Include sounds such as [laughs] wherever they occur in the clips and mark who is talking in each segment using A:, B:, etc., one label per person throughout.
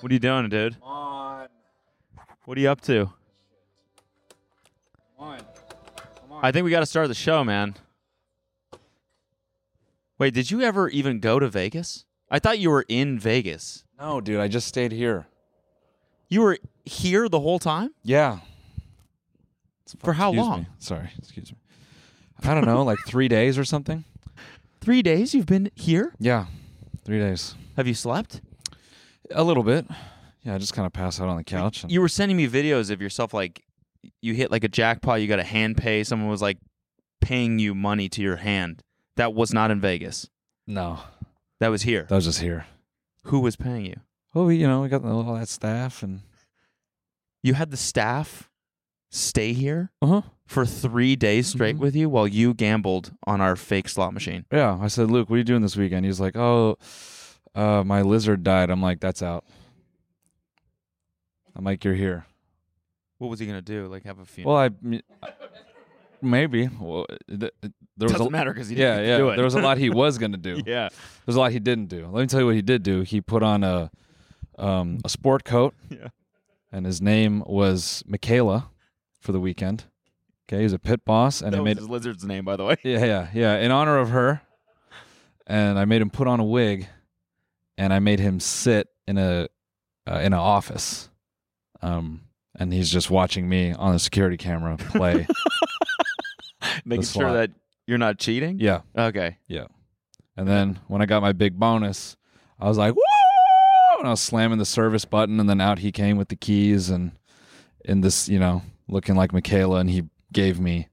A: What are you doing, dude?
B: Come on.
A: What are you up to?
B: Come on. Come on.
A: I think we got to start the show, man. Wait, did you ever even go to Vegas? I thought you were in Vegas.
B: no, dude, I just stayed here.
A: You were here the whole time?
B: Yeah.
A: For how
B: Excuse
A: long?
B: me. Sorry. Excuse me. I don't know, like three days or something.
A: 3 days you've been here?
B: Yeah. Three days.
A: Have you slept?
B: A little bit. Yeah, I just kind of pass out on the couch. And
A: You were sending me videos of yourself like you hit like a jackpot, you got a hand pay, someone was like paying you money to your hand. That was not in Vegas.
B: no,
A: That was here.
B: that was just here.
A: Who was paying you?
B: Well, we, you know, we got all that staff and.
A: You had the staff stay here?
B: Uh huh.
A: for three days straight
B: Mhm.
A: with you while you gambled on our fake slot machine.
B: Yeah. I said, Luke, what are you doing this weekend? He's like, oh, uh, my lizard died. I'm like, that's out. I'm like, you're here.
A: What was he gonna do? Like have a funeral?
B: Well, I m- maybe. Well, th- there was
A: doesn't
B: a,
A: matter because he
B: yeah,
A: didn't
B: yeah.
A: do it.
B: There was
A: [laughs]
B: a lot he was gonna do.
A: yeah,
B: There's a lot he didn't do. Let me tell you what he did do. He put on a um, a sport coat.
A: [laughs] Yeah.
B: And his name was Michaela for the weekend. Okay, he's a pit boss, and
A: that
B: I
A: was
B: made
A: his lizard's name, by the way.
B: yeah, yeah, yeah, in honor of her. And I made him put on a wig, and I made him sit in a uh, in an office, um, and he's just watching me on the security
A: [laughs]
B: camera play.
A: Making sure
B: slot.
A: that you're not cheating.
B: yeah,
A: Okay.
B: And then when I got my big bonus, I was like, "Woo!" And I was slamming the service button, and then out he came with the keys, and in this, you know, looking like Michaela, and he gave me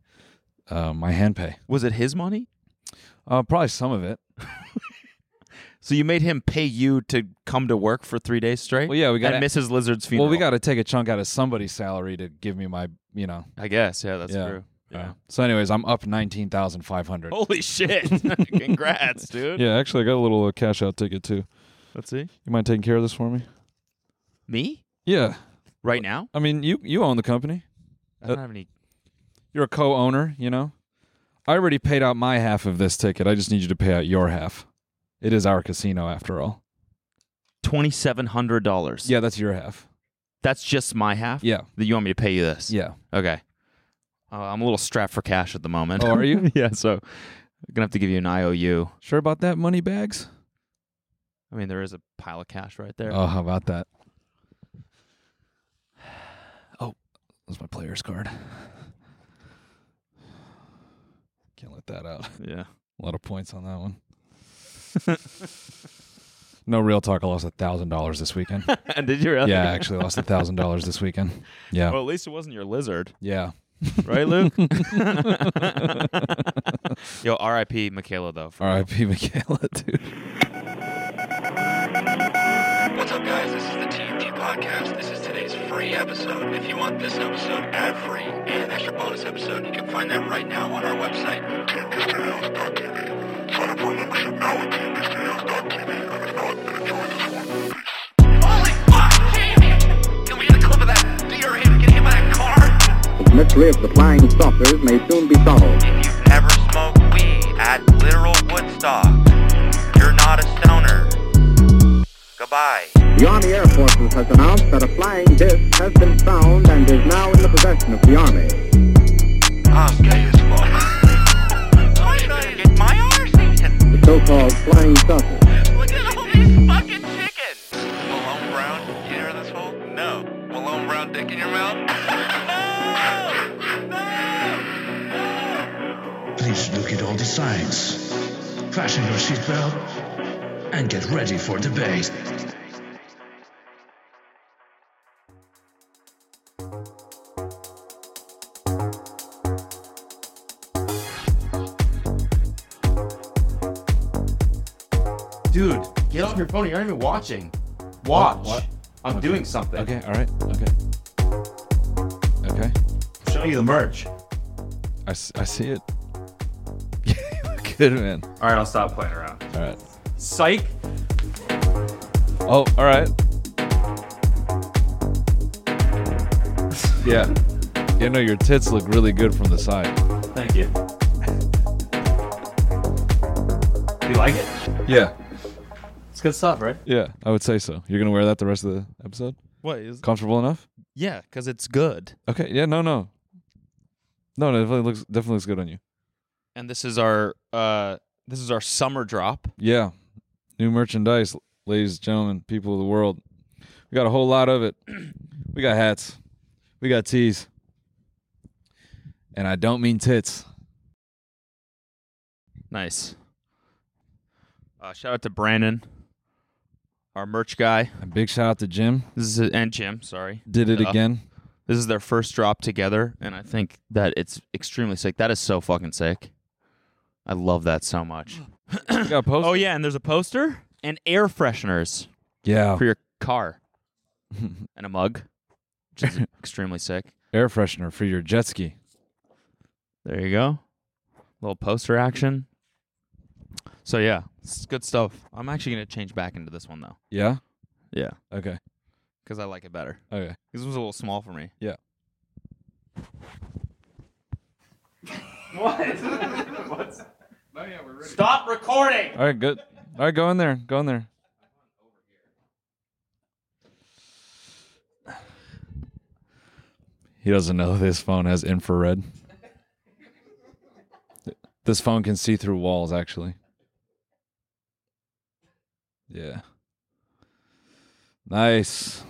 B: uh, my hand pay.
A: Was it his money?
B: Uh, probably some of it.
A: So you made him pay you to come to work for three days straight?
B: Well, yeah, we got.
A: and miss his lizard's funeral.
B: Well, we got to take a chunk out of somebody's salary to give me my, you know.
A: I guess. Yeah, that's
B: Yeah.
A: true.
B: uh, so, anyways, I'm up nineteen thousand five hundred.
A: Holy
B: [laughs]
A: shit! [laughs] Congrats, dude.
B: Yeah, actually, I got a little uh, cash out ticket too.
A: Let's see.
B: You mind taking care of this for me?
A: Me
B: Yeah,
A: right now?
B: I mean, you you own the company. Uh,
A: I don't have any.
B: you're a co-owner, you know. I already paid out my half of this ticket. I just need you to pay out your half. It is our casino after all.
A: Twenty seven hundred dollars.
B: Yeah, that's your half.
A: That's just my half.
B: Yeah.
A: That you want me to pay you this.
B: Yeah.
A: Okay. Uh, I'm a little strapped for cash at the moment.
B: Oh,
A: [laughs]
B: are you?
A: yeah, so I'm gonna have to give you an IOU.
B: Sure about that, money bags?
A: I mean, there is a pile of cash right there.
B: Oh, how about that? Oh, that's my player's card. Can't let that out.
A: yeah. [laughs]
B: A lot of points on that one. no real talk. I lost a thousand dollars this weekend.
A: and did you really?
B: yeah, I actually lost a thousand dollars this weekend. Yeah.
A: Well, at least it wasn't your lizard,
B: Yeah.
A: right,
B: [laughs]
A: Luke? [laughs] Yo, R.I.P. Michaela though. for-
B: R.I.P. Michaela, [laughs] dude.
C: What's up, guys? This is the TMT Podcast. This is today's free episode. If you want this episode ad free and an extra bonus episode, you can find that right now on our website. TMTStudio's.tv. Sign up for a membership now at TMTStudio's.tv. And if not, then enjoy this one. Holy fuck! Jamie! Can we get a clip of that deer him getting hit by a car?
D: The mystery of the flying saucers may soon be solved.
C: If you ever smoke weed at literal Woodstock, you're not a stoner. Goodbye.
D: The Army Air Forces has announced that a flying disc has been found and is now in the possession of the Army.
C: I'm gay as fuck. I'm gonna get my arse eaten.
D: The so-called flying saucer.
C: Look at all these fucking chickens. Malone Brown, you hear this hole? No. Malone Brown dick in your mouth? [laughs] no! No!
E: Please look at all the signs. Fasten your seatbelt and get ready for debate.
A: Dude, get off your phone. You're not even watching. Watch.
B: What?
A: I'm doing something.
B: Okay, all right. Okay. Okay.
A: I'm showing you the merch. All
B: I, s- I see it. [laughs] Good man.
A: right, I'll stop playing around.
B: All right.
A: Psych.
B: Oh, all right. Yeah. You know, your tits look really good from the side.
A: Thank
B: [laughs]
A: you. you like it?
B: Yeah.
A: It's good stuff, right?
B: Yeah, I would say so. You're going to wear that the rest of the episode?
A: What is?
B: Comfortable enough?
A: Yeah, because it's good.
B: Okay. Yeah, no, no. No, no, it definitely looks, definitely looks good on you.
A: And this is our uh this is our summer drop.
B: Yeah. New merchandise, ladies and gentlemen, people of the world. We got a whole lot of it. [clears throat] We got hats. We got tees. And I don't mean tits.
A: Nice. Uh, shout out to Brandon, our merch guy.
B: A big shout out to Jim.
A: This is and Jim. Sorry,
B: Did it
A: Yeah. [clears throat]
B: again.
A: This is their first drop together, and I think that it's extremely sick. That is so fucking sick. I love that so [gasps] much.
B: We got post.
A: Oh yeah, and there's a poster and air fresheners
B: yeah.
A: for your [laughs] car, and a mug, which [laughs] is extremely sick.
B: Air freshener for your jet ski.
A: There you go. Little poster action. So yeah, it's good stuff. I'm actually gonna change back into this one though.
B: Yeah?
A: Yeah,
B: Okay.
A: because I like it better.
B: Okay.
A: This one's a little small for me.
B: Yeah.
A: [laughs] Stop recording.
B: All right, good. All right, go in there. Go in there. He doesn't know this phone has infrared. This phone can see through walls, actually. Yeah. Nice. [laughs]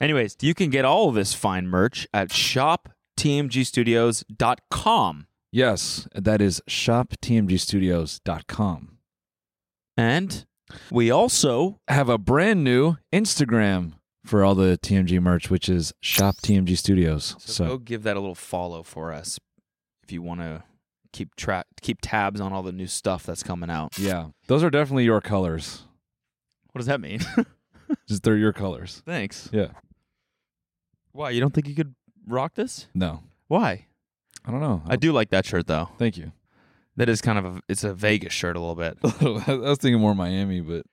A: Anyways, you can get all of this fine merch at shoptmgstudios.com.
B: yes, that is shoptmgstudios.com.
A: And we also
B: have a brand new Instagram for all the TMG merch, which is Shop TMG Studios.
A: So,
B: So,
A: go give that a little follow for us if you want to keep track, keep tabs on all the new stuff that's coming out.
B: yeah, those are definitely your colors.
A: What does that mean? [laughs]
B: Just they're your colors.
A: Thanks.
B: Yeah.
A: Why you don't think you could rock this? Oh.
B: No,
A: Why?
B: I don't know.
A: I do like that shirt though.
B: Thank you. [laughs]
A: That is kind of a it's a Vegas shirt a little bit.
B: I was thinking more Miami, but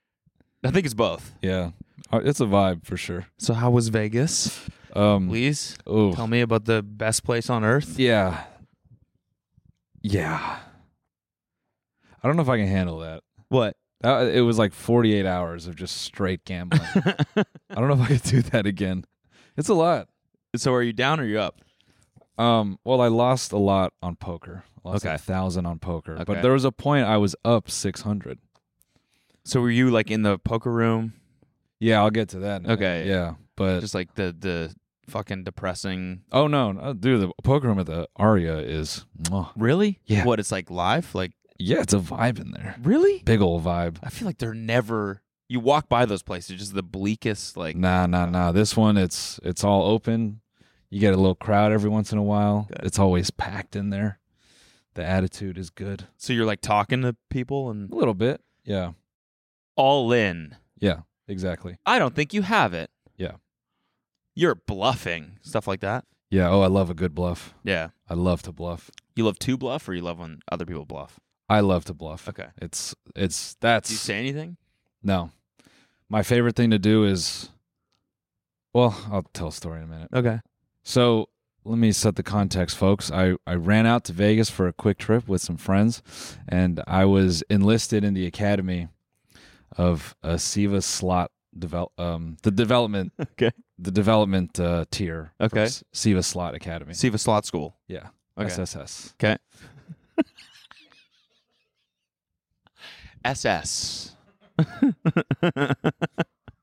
A: I think it's both.
B: yeah, Uh, it's a vibe for sure.
A: So how was Vegas?
B: Um,
A: Please tell
B: oh
A: me about the best place on earth.
B: yeah, yeah. I don't know if I can handle that.
A: What?
B: That- uh, It was like 48 hours of just straight
A: [laughs]
B: gambling. I don't know if I could do that again. It's a lot.
A: So are you down or you up?
B: Um, well, I lost a lot on poker. I lost
A: Okay.
B: a thousand on poker,
A: Okay.
B: but there was a point I was up six hundred.
A: So were you like in the poker room,
B: Yeah, I'll get to that. in a minute.
A: Okay.
B: yeah, but
A: just like the the fucking depressing?
B: oh no, no, dude, the poker room at the Aria is mwah.
A: Really?
B: Yeah.
A: What? It's like live? Like
B: yeah, it's a vibe in there,
A: really?
B: big old vibe.
A: I feel like they're never. You walk by those places, just the bleakest. Like
B: Nah, nah, nah. This one, it's it's all open. You get a little crowd every once in a while.
A: Good.
B: It's always packed in there. The attitude is good.
A: so you're like talking to people
B: A
A: and
B: little bit. Yeah.
A: all in.
B: Yeah. Exactly.
A: I don't think you have it.
B: Yeah.
A: You're bluffing stuff like that.
B: Yeah. Oh, I love a good bluff.
A: Yeah.
B: I love to bluff.
A: You love to bluff, or you love when other people bluff.
B: I love to bluff.
A: Okay.
B: It's it's that's
A: Do you say anything?
B: no. My favorite thing to do is well, I'll tell a story in a minute.
A: Okay.
B: So let me set the context, folks. I, I ran out to Vegas for a quick trip with some friends, and I was enlisted in the academy of a SIVA slot develop um
A: [laughs]
B: the development
A: Okay.
B: the development uh, tier for
A: Okay.
B: S- SIVA slot academy.
A: See if a slot school.
B: yeah.
A: Okay.
B: SSS.
A: [laughs] Okay. SS.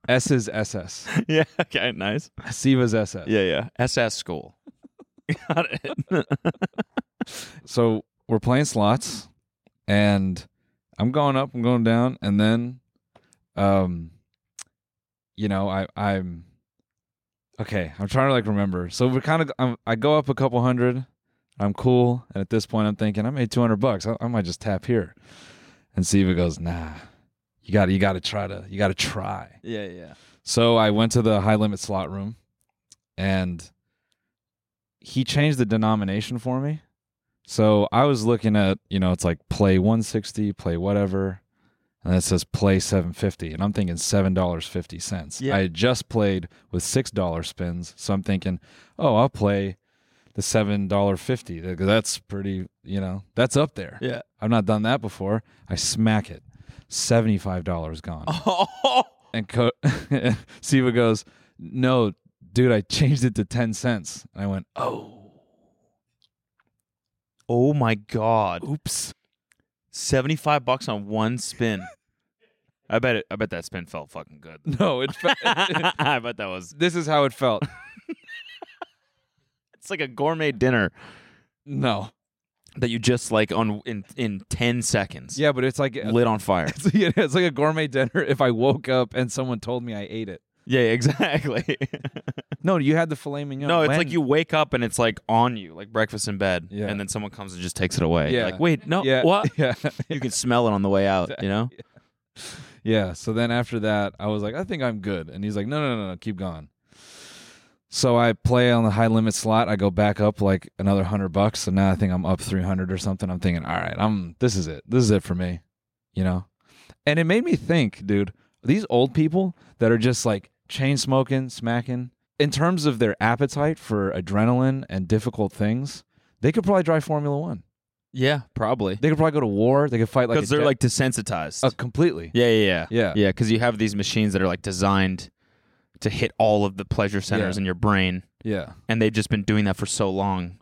B: S is SS.
A: [laughs] Yeah. Okay. Nice.
B: SIVA's SS.
A: Yeah. Yeah. SS school. [laughs] Got it.
B: so we're playing slots and i'm going up i'm going down and then um you know, I I'm okay. I'm trying to like remember. So we're kind of I'm, I go up a couple hundred. I'm cool, and at this point, I'm thinking I made 200 bucks. I, I might just tap here, and see if it goes. Nah, you got to you got to try to you got to try.
A: Yeah, yeah.
B: So I went to the high limit slot room and he changed the denomination for me. So I was looking at, you know, it's like play 160, play whatever. And it says play 750. And I'm thinking $7.50.
A: Yeah.
B: I had just played with $6 spins. So I'm thinking, oh, I'll play the $7.50. Th- That's pretty, you know, that's up there.
A: Yeah. [laughs]
B: I've not done that before. I smack it. $75 gone.
A: Oh,
B: And co- [laughs] Siva goes, "No, dude, I changed it to ten cents." And I went,
A: oh my God.
B: "Oops."
A: 75 bucks on one spin. I bet it, I bet that spin felt fucking good.
B: [laughs]
A: [laughs]
B: No, it. Fe-
A: I bet that was
B: this is how it felt.
A: it's like a gourmet dinner
B: No.
A: that you just like on in in 10 seconds.
B: Yeah, but it's like
A: Lit on fire.
B: It's, [laughs] yeah, it's like a gourmet dinner. If I woke up and someone told me I ate it.
A: yeah, [laughs] exactly.
B: No, you had the filet mignon.
A: no, it's
B: when-
A: like you wake up and it's like on you, like breakfast in bed,
B: Yeah.
A: and then someone comes and just takes it away.
B: Yeah.
A: Yeah. Like, wait, no, [laughs]
B: Yeah. [laughs]
A: what?
B: Yeah.
A: You can smell it on the way out, you know?
B: Yeah. So then after that, I was like, I think I'm good. And he's like, no, no, no, no, keep going. So I play on the high limit slot. I go back up like another hundred bucks. So now I think I'm up 300 or something. I'm thinking, all right, I'm, this is it. This is it for me, you know? And it made me think, dude, these old people that are just like chain smoking, smacking, in terms of their appetite for adrenaline and difficult things, they could probably drive Formula One.
A: Yeah, probably.
B: They could probably go to war. They could fight like
A: Because
B: a
A: they're
B: jet-
A: like desensitized.
B: uh, completely.
A: Yeah, yeah,
B: Yeah.
A: yeah. Yeah, because you have these machines that are like designed to hit all of the pleasure centers
B: Yeah.
A: in your brain,
B: Yeah.
A: and they've just been doing that for so long.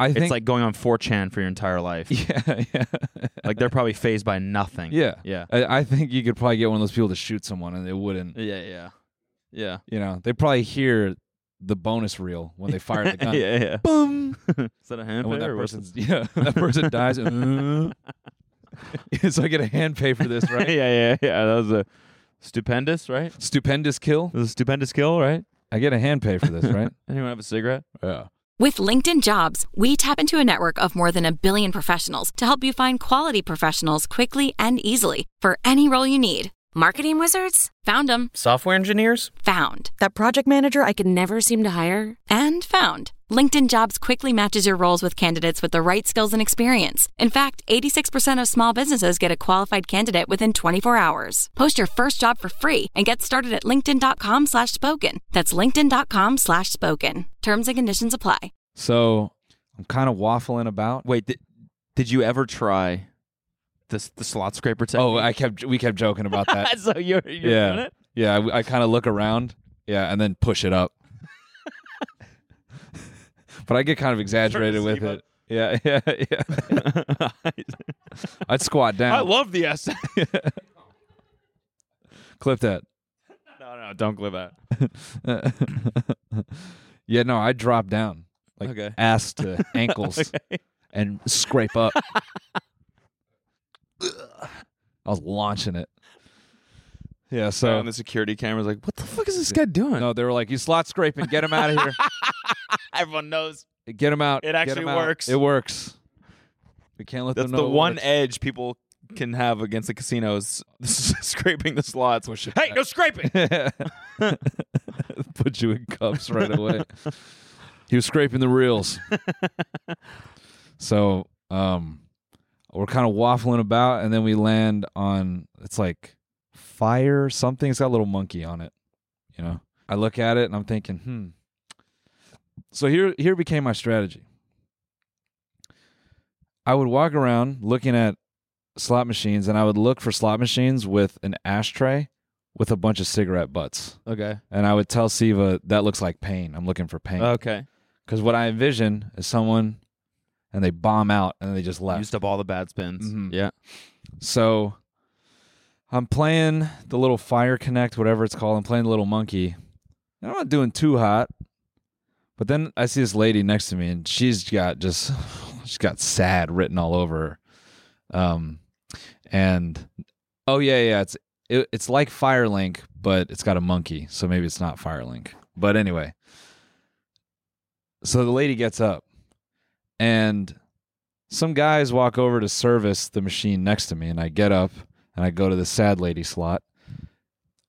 B: I think
A: it's like going on 4chan for your entire [laughs] life.
B: Yeah, yeah,
A: like they're probably phased by nothing.
B: yeah,
A: Yeah.
B: I, I think you could probably get one of those people to shoot someone, and they wouldn't.
A: Yeah, yeah. Yeah.
B: You know, they probably hear the bonus reel when they fire the
A: [laughs]
B: gun.
A: yeah, yeah.
B: Boom!
A: [laughs] Is that a hand
B: And when
A: pay
B: that
A: or what's-
B: person's [laughs] yeah, that person dies. uh, [laughs] so I get a hand pay for this,
A: [laughs] yeah,
B: right?
A: yeah, yeah. That was a stupendous, right?
B: Stupendous kill.
A: That was a stupendous kill, right?
B: I get a hand pay for this, right?
A: Anyone have a cigarette?
B: yeah.
F: With LinkedIn Jobs, we tap into a network of more than a billion professionals to help you find quality professionals quickly and easily for any role you need. Marketing wizards? Found them.
G: Software engineers?
F: Found.
H: That project manager I could never seem to hire?
F: And found. LinkedIn Jobs quickly matches your roles with candidates with the right skills and experience. In fact, 86% of small businesses get a qualified candidate within 24 hours. Post your first job for free and get started at linkedin.com slash spoken. That's linkedin.com slash spoken. Terms and conditions apply.
B: So I'm kind of waffling about.
A: Wait, did, did you ever try this the slot scraper technique?
B: Oh, I kept we kept joking about
A: [laughs]
B: that.
A: so you're, you're
B: yeah,
A: doing it?
B: yeah. I, kind of look around, yeah, and then push
A: [laughs]
B: it up. but I get kind of exaggerated with
A: Steve-O.
B: it. Yeah, yeah, [laughs] [laughs] yeah.
A: [laughs]
B: I'd squat down.
A: I love the S. [laughs] no,
B: Clip that. [laughs]
A: no, don't clip that.
B: yeah, no, I drop down
A: [laughs]
B: like
A: Okay.
B: ass to ankles and scrape up. I was launching it. Yeah, so
A: and the security camera's like, what the fuck is this guy doing?
B: no, they were like, "You slot scraping, get him out of here."
A: Everyone knows.
B: Get them out.
A: It
B: Get 'em
A: actually
B: out.
A: works.
B: It works. We can't let
A: That's
B: them know.
A: the
B: it
A: one
B: works.
A: edge people can have against the casinos [laughs] scraping the slots.
B: Push it
A: Hey,
B: back.
A: no scraping.
B: [laughs] Put you in cuffs right away. he was scraping the reels. so um, we're kind of waffling about, and then we land on it's like fire something. It's got a little monkey on it. You know, I look at it and I'm thinking, hmm. So here, here became my strategy. I would walk around looking at slot machines, and I would look for slot machines with an ashtray with a bunch of cigarette butts.
A: okay.
B: And I would tell Siva, that looks like pain. I'm looking for pain.
A: Okay.
B: Because what I envision is someone and they bomb out and they just left.
A: Used up all the bad spins.
B: Mhm.
A: Yeah. [laughs]
B: So I'm playing the little Fire Connect, whatever it's called. I'm playing the little monkey. And I'm not doing too hot. But then I see this lady next to me and she's got just, [laughs] she's got sad written all over her. Um, and oh, yeah, yeah, it's it, it's like Firelink, but it's got a monkey, so maybe it's not Firelink. But anyway, so the lady gets up, and some guys walk over to service the machine next to me, and I get up and I go to the sad lady slot,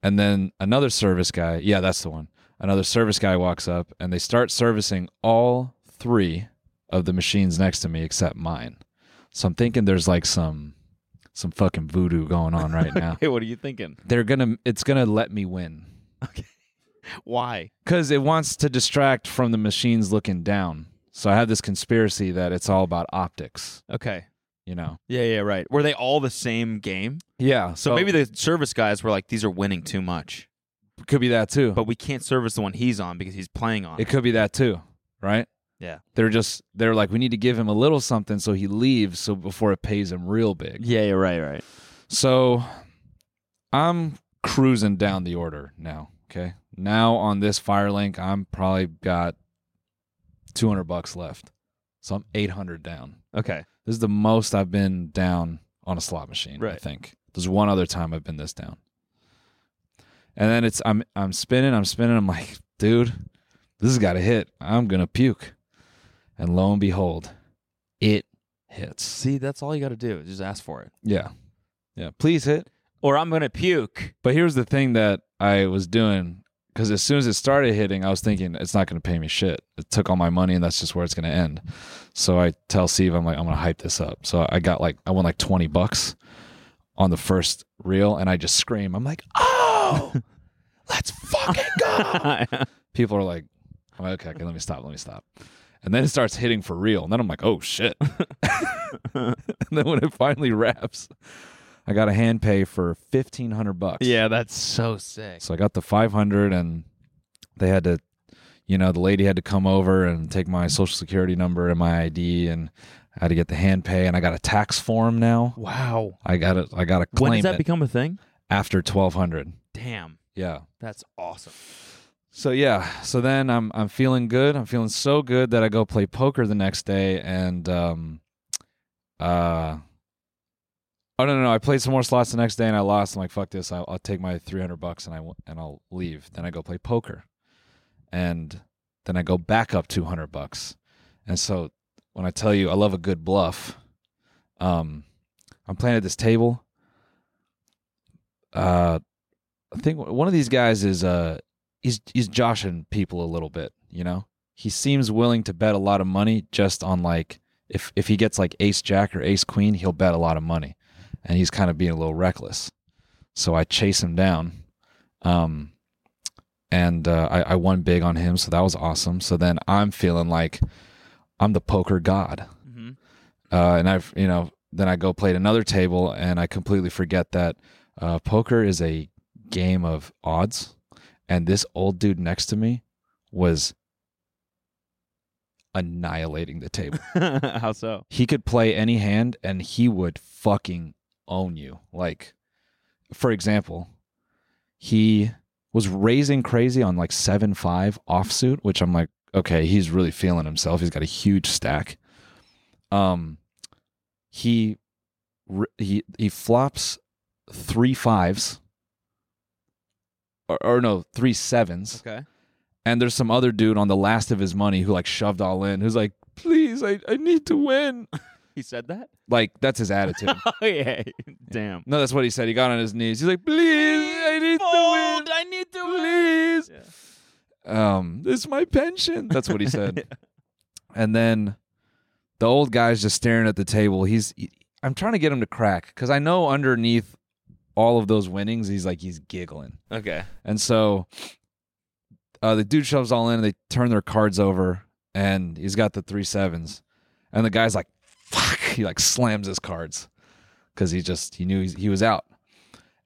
B: and then another service guy, yeah, that's the one. Another service guy walks up, and they start servicing all three of the machines next to me except mine. So I'm thinking there's like some some fucking voodoo going on right now
A: Hey, what are you thinking?
B: they're gonna it's gonna let me win
A: Why?
B: because it wants to distract from the machines looking down so i have this conspiracy that it's all about optics
A: Okay.
B: you know
A: Yeah, yeah, right. Were they all the same game?
B: yeah
A: So maybe the service guys were like, "These are winning too much,
B: could be that too
A: but we can't service the one he's on because he's playing on."
B: it could be that too right
A: Yeah.
B: they're just they're like we need to give him a little something so he leaves so before it pays him real big
A: Yeah, yeah, right, right.
B: So I'm cruising down the order now. Okay. Now on this Firelink, I'm probably got 200 bucks left. So I'm 800 down.
A: Okay.
B: This is the most I've been down on a slot machine, I
A: Right.
B: think. There's one other time I've been this down. And then it's I'm I'm spinning, I'm spinning, I'm like, dude, this has got to hit. I'm going to puke. And lo and behold, it hits.
A: See, that's all you got to do. is Just ask for it.
B: Yeah. Yeah, please hit.
A: Or I'm gonna [laughs] puke.
B: But here's the thing that I was doing because as soon as it started hitting, I was thinking it's not going to pay me shit. It took all my money, and that's just where it's going to end. So I tell Steve, I'm like, I'm going to hype this up. So I got like, I won like 20 bucks on the first reel, and I just scream, I'm like, oh, let's fucking go. People are like, I'm like, okay, okay, let me stop, let me stop. And then it starts hitting for real, and then I'm like, oh shit. [laughs] and then when it finally wraps, I got a hand pay for 1,500 bucks.
A: that's so sick.
B: So I got the 500 and they had to you know, the lady had to come over and take my social security number and my ID and I had to get the hand pay and I got a tax form now.
A: Wow.
B: I got it I got to
A: When
B: claim
A: does that
B: it
A: become a thing?
B: after 1200.
A: Damn,
B: Yeah.
A: that's awesome.
B: So yeah, so then I'm I'm feeling good. I'm feeling so good that I go play poker the next day and um uh Oh no no no! I played some more slots the next day and I lost. I'm like, fuck this! I'll, I'll take my 300 bucks and I w- and I'll leave. Then I go play poker, and then I go back up 200 bucks. And so when I tell you I love a good bluff, um, I'm playing at this table. Uh, I think one of these guys is uh he's he's joshing people a little bit, you know. He seems willing to bet a lot of money just on like if if he gets like ace jack or ace queen, he'll bet a lot of money. And he's kind of being a little reckless. So I chase him down. Um and uh, I, I won big on him, so that was awesome. So then I'm feeling like I'm the poker god
A: Mm-hmm.
B: uh, and I've you know then I go play at another table and I completely forget that uh, poker is a game of odds, and this old dude next to me was annihilating the table.
A: [laughs] How so?
B: he could play any hand and he would fucking own you. Like, for example, he was raising crazy on like seven five offsuit, which I'm like, okay, he's really feeling himself. He's got a huge stack. Um, he r- he he flops three fives, or, or no, three sevens.
A: Okay.
B: And there's some other dude on the last of his money who like shoved all in, who's like, please, I, I need to win.
A: He said that?
B: Like that's his attitude.
A: [laughs] Oh, yeah. Damn.
B: no, that's what he said. He got on his knees. He's like, please, I need to win.
A: I need to
B: Please. Um, this is my pension. That's what he
A: [laughs]
B: said. And then the old guy's just staring at the table. He's I'm trying to get him to crack because I know underneath all of those winnings, he's like he's giggling.
A: Okay.
B: And so uh, the dude shoves all in and they turn their cards over and he's got the three sevens. And the guy's like, fuck. He like slams his cards because he just, he knew he's, he was out.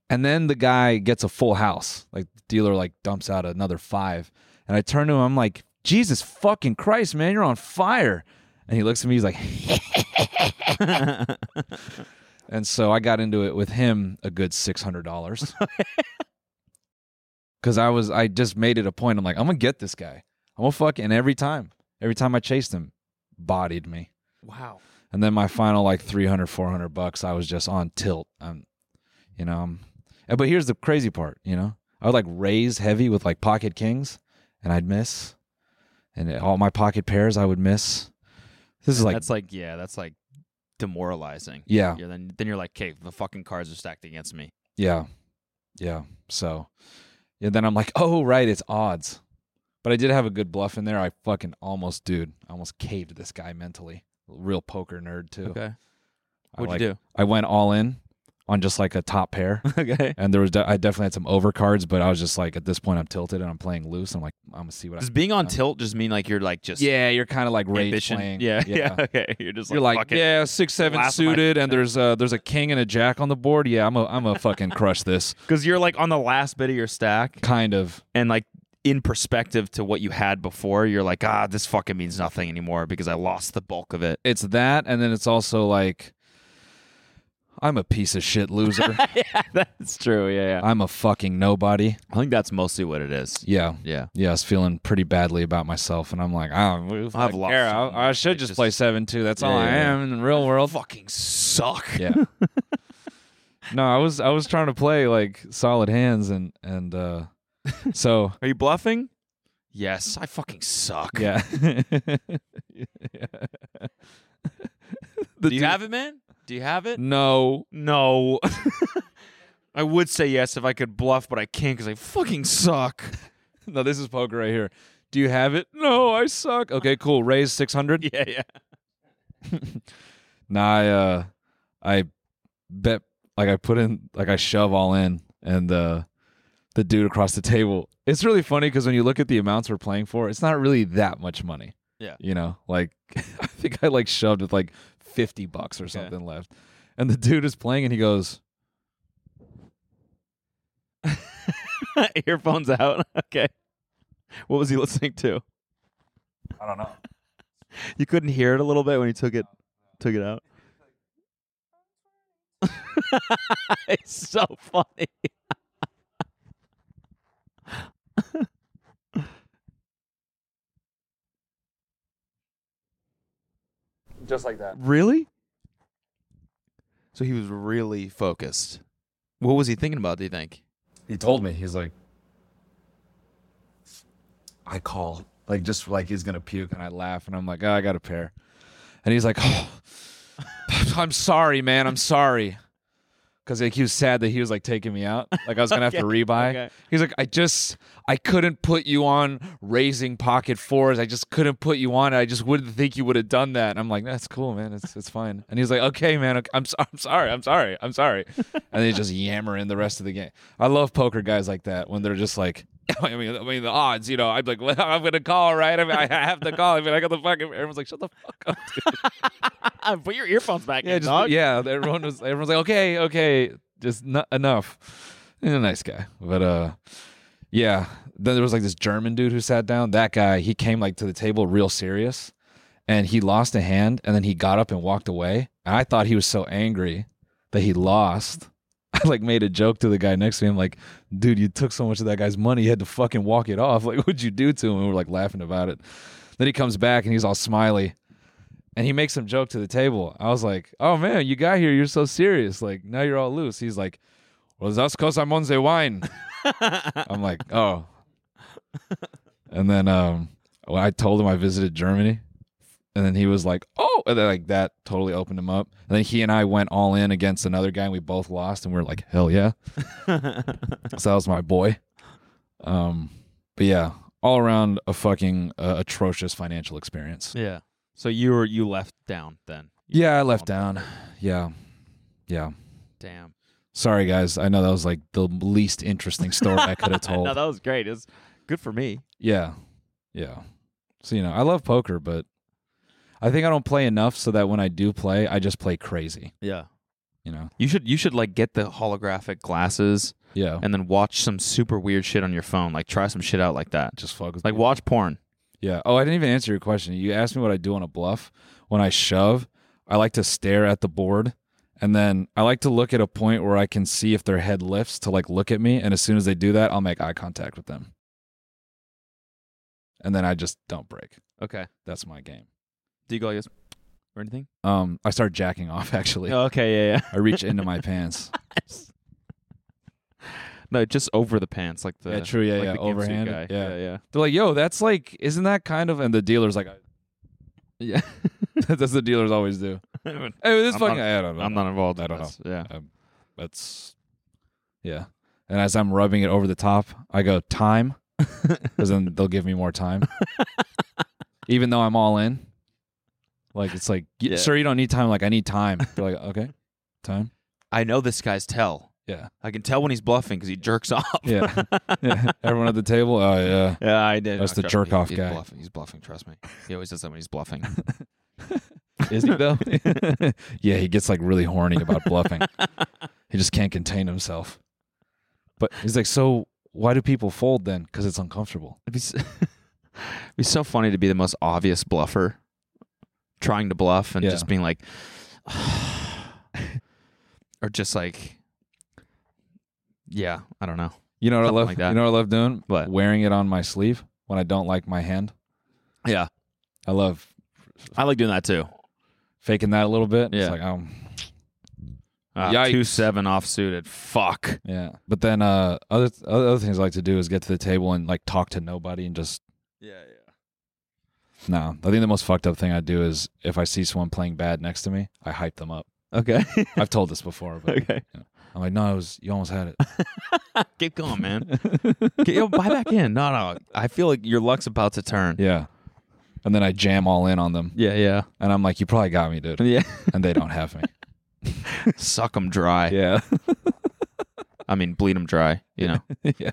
B: And then the guy gets a full house. Like the dealer like dumps out another five. And I turn to him, I'm like, Jesus fucking Christ, man, you're on fire. And he looks at me, he's like,
A: [laughs]
B: and so I got into it with him a good $600. because I was I just made it a point. I'm like, I'm gonna get this guy. I'm gonna fucking every time. Every time I chased him, bodied me.
A: Wow.
B: And then my final like 300, 400 bucks, I was just on tilt. I'm, you know, I'm Uh, But here's the crazy part, you know, I would like raise heavy with like pocket kings, and I'd miss, and all my pocket pairs I would miss. This is like,
A: that's like yeah, that's like demoralizing.
B: yeah,
A: You're then then you're like, okay, the fucking cards are stacked against me.
B: yeah, yeah. So, and then I'm like, oh right, it's odds. But I did have a good bluff in there. I fucking almost, dude, I almost caved this guy mentally. Real poker nerd too.
A: Okay,
B: I,
A: what'd
B: like-
A: you
B: I went all in on just like a top pair.
A: [laughs] do? okay,
B: and there was de- I definitely had some overcards, but I was just like at this point I'm tilted and I'm playing loose. I'm like I'm gonna see what
A: does
B: I.
A: being on tilt just mean like you're like just
B: Uh, Yeah, you're kind of like rage
A: ambition?
B: playing.
A: Yeah, [laughs] yeah, okay. You're just
B: You're like,
A: "Fuck it."
B: yeah, six seven
A: Last of my-
B: suited, and there's uh there's a king and a jack on the board. Yeah, I'm a I'm a fucking crush this
A: Because you're like on the last bit of your stack
B: kind of.
A: and like in perspective to what you had before, you're like, ah, this fucking means nothing anymore because I lost the bulk of it.
B: It's that, and then it's also like I'm a piece of
A: [laughs]
B: shit loser.
A: That's true. Yeah,
B: I'm a fucking nobody.
A: I think that's mostly what it is.
B: Yeah.
A: Yeah.
B: Yeah, I was feeling pretty badly about myself, and I'm like, oh,
A: I've lost something.
B: I, I should
A: Like,
B: just,
A: just-
B: play seven two. That's all
A: Yeah,
B: I
A: yeah, yeah.
B: am in the real world.
A: Fucking suck. [laughs]
B: Yeah. no, I was I was trying to play like solid hands and and uh so
A: [laughs] Are you bluffing? Yes, I fucking suck.
B: yeah. [laughs]
A: Do you have it, man? Do you have it?
B: no.
A: No. [laughs] I would say yes if I could bluff, but I can't because I fucking suck.
B: [laughs] No, this is poker right here. Do you have it? No, I suck. Okay, cool. Raise 600.
A: [laughs] [laughs] Yeah, yeah.
B: Nah, I uh I bet like I put in like I shove all in and uh the dude across the table. It's really funny because when you look at the amounts we're playing for, it's not really that much money.
A: Yeah.
B: You know, like [laughs] I think I like shoved with like fifty bucks or something left. And the dude is playing and he goes,
A: [laughs] Earphones out. Okay. What was he listening to?
B: I don't know.
A: You couldn't hear it a little bit when he took it took it out. [laughs] it's so funny.
B: Just like that.
A: Really? So he was really focused. What was he thinking about, do you think?
G: he told me he's like i call
B: Like just like he's gonna puke and I laugh and I'm like, oh, I got a pair. And he's like, Oh [laughs] I'm sorry, man, I'm sorry. Cause like he was sad that he was like taking me out. Like
A: [laughs]
B: I was gonna have to rebuy.
A: okay.
B: He's like, I just I couldn't put you on raising pocket fours. I just couldn't put you on. I just wouldn't think you would have done that. And I'm like, that's cool, man. It's it's fine. And he's like, okay, man. Okay, I'm so, I'm sorry. I'm sorry. I'm sorry. And they just yammer in the rest of the game. I love poker guys like that when they're just like. [laughs] I mean, I mean the odds. You know, I'm like, well, [laughs] I'm gonna call, right? I mean, I have to call. I mean, I got the fucking. Everyone's like, shut the fuck up.
A: put your earphones back
B: Yeah, just, yeah. Everyone was everyone's like, okay, okay, just not enough. He's a nice guy, but uh, yeah. Then there was like this German dude who sat down. That guy, he came like to the table real serious, and he lost a hand, and then he got up and walked away. And I thought he was so angry that he lost. [laughs] I like made a joke to the guy next to me. I'm like, dude, you took so much of that guy's money, you had to fucking walk it off. Like, what'd you do to him? And we we're like laughing about it. Then he comes back and he's all smiley and he makes some joke to the table. I was like, "Oh man, you got here. You're so serious. Like now you're all loose." He's like, "Well, that's cause I'm on the wine." I'm like, "Oh." And then um, well, I told him I visited Germany, and then he was like, "Oh," and then like that totally opened him up. And then he and I went all in against another guy, and we both lost, and we were like, "Hell yeah!" so that was my boy. Um, but yeah, all around a fucking uh, atrocious financial experience.
A: Yeah. So you were you left down then.
B: Yeah, I left down. Yeah. Yeah.
A: Damn.
B: Sorry guys. I know that was like the least interesting story I
A: [laughs]
B: could have told.
A: No, that was great. It's good for me.
B: yeah. Yeah. So you know, I love poker, but I think I don't play enough so that when I do play, I just play crazy,
A: Yeah.
B: you know.
A: You should you should like get the holographic glasses
B: Yeah.
A: and then watch some super weird shit on your phone. Like try some shit out like that.
B: just fuck with
A: Like
B: people.
A: watch porn.
B: Yeah. Oh, I didn't even answer your question. You asked me what I do on a bluff. When I shove, I like to stare at the board. And then I like to look at a point where I can see if their head lifts to like look at me. And as soon as they do that, I'll make eye contact with them. And then I just don't break.
A: Okay.
B: That's my game.
A: Do you go like this or anything?
B: Um,
A: Oh.
B: I start jacking off [laughs] actually.
A: okay, yeah,
B: I reach into my pants.
A: yeah. [laughs] No, just over the pants, like the
B: Yeah, true, yeah,
A: like
B: yeah,
A: the Gimsu
B: overhand,
A: guy.
B: yeah.
A: yeah, yeah.
B: They're like, yo, that's like, isn't that kind of? And the dealer's like,
A: Yeah.
B: [laughs] that's the dealers always do.
A: [laughs] I'm
B: Hey, this
A: I'm
B: fucking,
A: not-
B: I don't know.
A: not involved.
B: I
A: in
B: don't
A: this. Yeah.
B: Um, that's, yeah. And as I'm rubbing it over the top, I go time, because then they'll give me more [laughs] time, even though I'm all in. Like it's like, y
A: Yeah.
B: sir, you don't need time. Like I need time. They're like, okay, time.
A: I know this guy's tell.
B: Yeah,
A: I can tell when he's bluffing because he jerks [laughs] off.
B: yeah, yeah. [laughs] Everyone at the table. Oh yeah.
A: Yeah, I did.
B: That's
A: Oh,
B: the
A: trust
B: jerk
A: me, he-
B: off
A: he's
B: guy.
A: Bluffing. He's bluffing. Trust me. He always does that when he's bluffing. [laughs]
B: Is he though? [laughs] yeah, he gets like really horny about [laughs] bluffing. he just can't contain himself. But he's like, so why do people fold then? Because it's uncomfortable.
A: It'd be, s- it'd be so funny to be the most obvious bluffer, trying to bluff and
B: Yeah.
A: just being like, [sighs] or just like, yeah, I don't know.
B: You know what
A: Something
B: I love?
A: like that.
B: you know what I love doing?
A: What?
B: Wearing it on my sleeve when I don't like my hand.
A: Yeah,
B: I love
A: I like doing that too.
B: faking that a little bit.
A: Yeah.
B: It's like um,
A: Uh,
B: Yikes.
A: two seven off suited. Fuck.
B: yeah. But then uh, other other things I like to do is get to the table and like talk to nobody and just
A: Yeah, yeah.
B: no. I think the most fucked up thing I do is if I see someone playing bad next to me, I hype them up.
A: Okay. [laughs]
B: I've told this before, but
A: okay.
B: I'm like, no, it was you
A: [laughs]
B: almost had it.
A: Keep going, [laughs] man. Get, yo, buy back in. No, no. I feel like your luck's about to turn.
B: Yeah. And then I jam all in on them.
A: Yeah, yeah,
B: And I'm like, you probably got me, dude.
A: yeah.
B: And they don't
A: [laughs]
B: have me.
A: Suck them dry.
B: yeah.
A: I mean, bleed them dry. You [laughs] know.
B: [laughs] yeah.